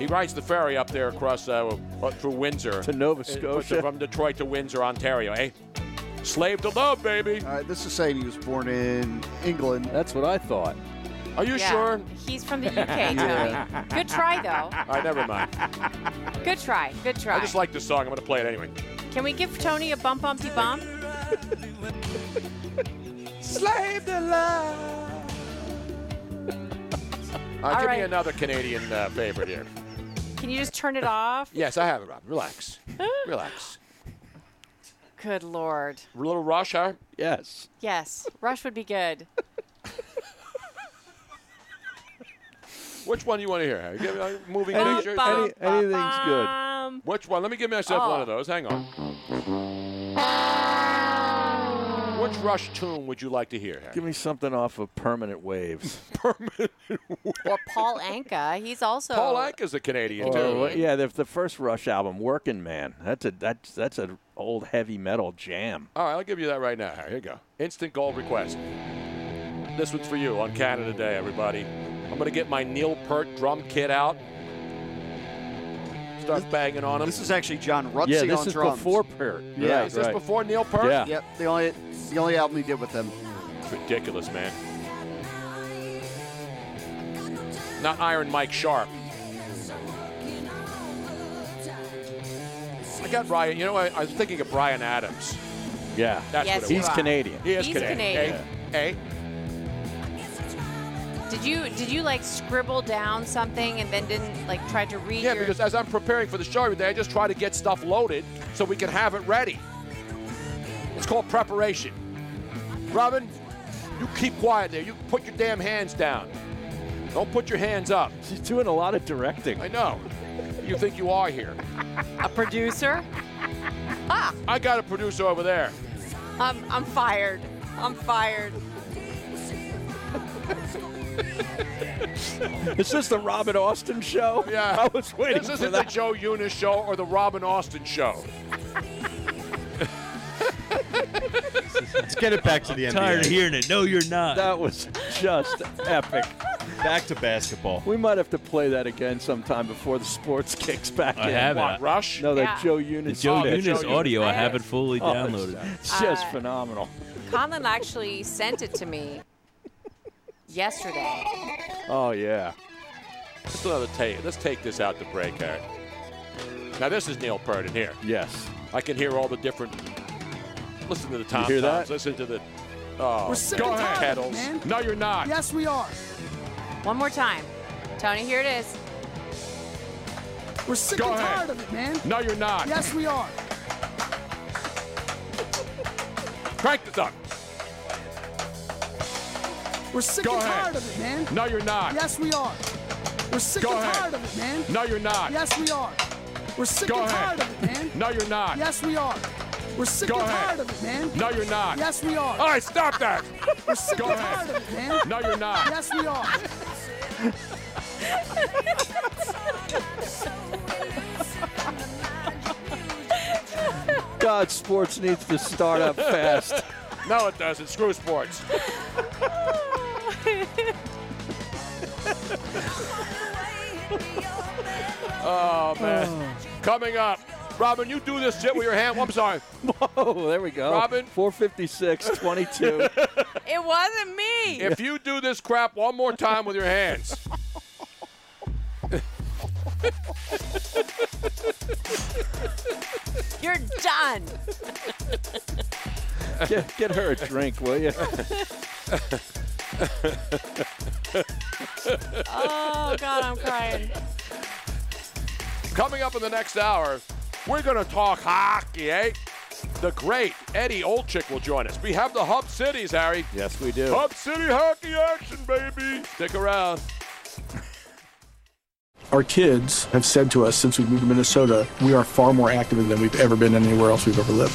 [SPEAKER 2] He rides the ferry up there across uh, uh, through Windsor
[SPEAKER 3] To Nova
[SPEAKER 2] Uh,
[SPEAKER 3] Scotia.
[SPEAKER 2] from Detroit to Windsor, Ontario. Eh? Slave to love, baby.
[SPEAKER 25] All right, this is saying he was born in England.
[SPEAKER 3] That's what I thought.
[SPEAKER 2] Are you
[SPEAKER 4] Yeah.
[SPEAKER 2] sure?
[SPEAKER 4] He's from the UK, Tony. Good try, though.
[SPEAKER 2] All right, never mind.
[SPEAKER 4] Good try. Good try.
[SPEAKER 2] I just like this song. I'm going to play it anyway.
[SPEAKER 4] Can we give Tony a bump, bumpy bump?
[SPEAKER 2] Slave to love. Uh,
[SPEAKER 4] All
[SPEAKER 2] give
[SPEAKER 4] right.
[SPEAKER 2] me another Canadian uh, favorite here.
[SPEAKER 4] Can you just turn it off?
[SPEAKER 2] Yes, I have it, Rob. Relax. Relax.
[SPEAKER 4] Good lord.
[SPEAKER 2] A little rush, huh?
[SPEAKER 3] Yes.
[SPEAKER 4] Yes, Rush would be good.
[SPEAKER 2] Which one do you want to hear? Harry? Give me, uh, moving
[SPEAKER 3] Any-
[SPEAKER 2] pictures.
[SPEAKER 3] any- anything's good.
[SPEAKER 2] Which one? Let me give myself
[SPEAKER 3] Oh.
[SPEAKER 2] one of those. Hang on. Which Rush tune would you like to hear? Harry?
[SPEAKER 3] Give me something off of Permanent Waves.
[SPEAKER 4] Well, Paul Anka, he's also
[SPEAKER 2] Paul Anka's a Canadian too.
[SPEAKER 3] Or, yeah, the, the first Rush album, Working Man. That's a that's that's an old heavy metal jam.
[SPEAKER 2] All right, I'll give you that right now. Harry. Here you go. Instant goal request. This one's for you on Canada Day, everybody. I'm gonna get my Neil Peart drum kit out. Start banging on him.
[SPEAKER 25] This is actually John Rutsey
[SPEAKER 3] yeah, this
[SPEAKER 25] on
[SPEAKER 3] is
[SPEAKER 25] drums.
[SPEAKER 3] before Peart.
[SPEAKER 25] Yeah,
[SPEAKER 3] right,
[SPEAKER 25] is this
[SPEAKER 3] right.
[SPEAKER 2] before Neil Peart?
[SPEAKER 3] Yeah.
[SPEAKER 25] Yep, the only the only album he did with them.
[SPEAKER 2] It's ridiculous, man. Not Iron Mike Sharp. I got Ryan. You know, I, I was thinking of Brian Adams.
[SPEAKER 3] Yeah,
[SPEAKER 2] That's
[SPEAKER 4] Yes,
[SPEAKER 2] what it
[SPEAKER 4] you are.
[SPEAKER 2] was. He is
[SPEAKER 4] He's
[SPEAKER 2] Canadian.
[SPEAKER 4] Canadian.
[SPEAKER 2] Hey,
[SPEAKER 4] Did you did you like scribble down something and then didn't like try to read
[SPEAKER 2] Yeah,
[SPEAKER 4] your
[SPEAKER 2] because as I'm preparing for the show today, I just try to get stuff loaded so we can have it ready. It's called preparation. Robin, you keep quiet there. You put your damn hands down. Don't put your hands up.
[SPEAKER 3] She's doing a lot of directing.
[SPEAKER 2] I know. You think you are here.
[SPEAKER 4] a producer? Ah,
[SPEAKER 2] I got a producer over there.
[SPEAKER 4] I'm I'm fired. I'm fired.
[SPEAKER 3] Is this the Robin Austin show?
[SPEAKER 2] Yeah.
[SPEAKER 3] I was waiting
[SPEAKER 2] This
[SPEAKER 3] for
[SPEAKER 2] isn't
[SPEAKER 3] that.
[SPEAKER 2] the Joe Yunus show or the Robin Austin show.
[SPEAKER 9] Let's get it back to the NBA.
[SPEAKER 3] tired of
[SPEAKER 9] hearing it. No, you're not.
[SPEAKER 3] That was just epic.
[SPEAKER 9] Back to basketball.
[SPEAKER 3] We might have to play that again sometime before the sports kicks back
[SPEAKER 9] I
[SPEAKER 3] in.
[SPEAKER 9] have it. What,
[SPEAKER 2] Rush?
[SPEAKER 3] No, that
[SPEAKER 4] Yeah.
[SPEAKER 3] Joe Unis.
[SPEAKER 9] The Joe Unis audio, I have it fully downloaded.
[SPEAKER 3] It's, it's just
[SPEAKER 4] Uh,
[SPEAKER 3] phenomenal.
[SPEAKER 4] Conlon actually sent it to me yesterday.
[SPEAKER 3] Oh yeah.
[SPEAKER 2] Let's, another ta- let's take this out to break, Harry. Now this is Neil Peart in here.
[SPEAKER 3] Yes.
[SPEAKER 2] I can hear all the different. Listen to the tom
[SPEAKER 3] hear that?
[SPEAKER 2] toms. Listen to the. Oh,
[SPEAKER 26] We're sick
[SPEAKER 2] go
[SPEAKER 26] and
[SPEAKER 2] ahead,
[SPEAKER 26] tired of it,
[SPEAKER 2] Kettles.
[SPEAKER 26] man.
[SPEAKER 2] No, you're not.
[SPEAKER 26] Yes, we are.
[SPEAKER 4] One more time. Tony, here it is.
[SPEAKER 26] We're sick and
[SPEAKER 2] Go ahead.
[SPEAKER 26] tired of it, man.
[SPEAKER 2] No, you're not.
[SPEAKER 26] Yes, we are.
[SPEAKER 2] Crank this up.
[SPEAKER 26] We're sick
[SPEAKER 2] Go
[SPEAKER 26] and
[SPEAKER 2] ahead.
[SPEAKER 26] tired of it, man.
[SPEAKER 2] No, you're not.
[SPEAKER 26] Yes, we are. We're sick
[SPEAKER 2] Go
[SPEAKER 26] and
[SPEAKER 2] ahead.
[SPEAKER 26] tired of it, man.
[SPEAKER 2] No, you're not.
[SPEAKER 26] Yes, we are. We're sick
[SPEAKER 2] Go
[SPEAKER 26] and
[SPEAKER 2] ahead.
[SPEAKER 26] tired of it, man.
[SPEAKER 2] No, you're not.
[SPEAKER 26] Yes, we are. We're sick
[SPEAKER 2] Go
[SPEAKER 26] and
[SPEAKER 2] ahead.
[SPEAKER 26] tired of it, man.
[SPEAKER 2] No, you're not.
[SPEAKER 26] Yes, we are.
[SPEAKER 2] All right, stop that.
[SPEAKER 26] We're sick
[SPEAKER 2] Go
[SPEAKER 26] and
[SPEAKER 2] ahead.
[SPEAKER 26] tired of it, man.
[SPEAKER 2] No, you're not.
[SPEAKER 26] Yes, we are.
[SPEAKER 3] God, sports needs to start up fast.
[SPEAKER 2] No, it doesn't. Screw sports. Oh man. Coming up, Robin, you do this shit with your hand. I'm sorry.
[SPEAKER 3] Oh, there we go.
[SPEAKER 2] Robin?
[SPEAKER 3] 456, 22.
[SPEAKER 4] It wasn't me.
[SPEAKER 2] If you do this crap one more time with your hands.
[SPEAKER 4] You're done.
[SPEAKER 3] get, get her a drink, will you?
[SPEAKER 4] Oh God, I'm crying.
[SPEAKER 2] Coming up in the next hour, we're going to talk hockey, eh? The great Eddie Olchick will join us. We have the Hub Cities, Harry.
[SPEAKER 3] yes, we do.
[SPEAKER 2] Hub City hockey action, baby. Stick around.
[SPEAKER 27] Our kids have said to us since we moved to Minnesota, we are far more active than we've ever been anywhere else we've ever lived.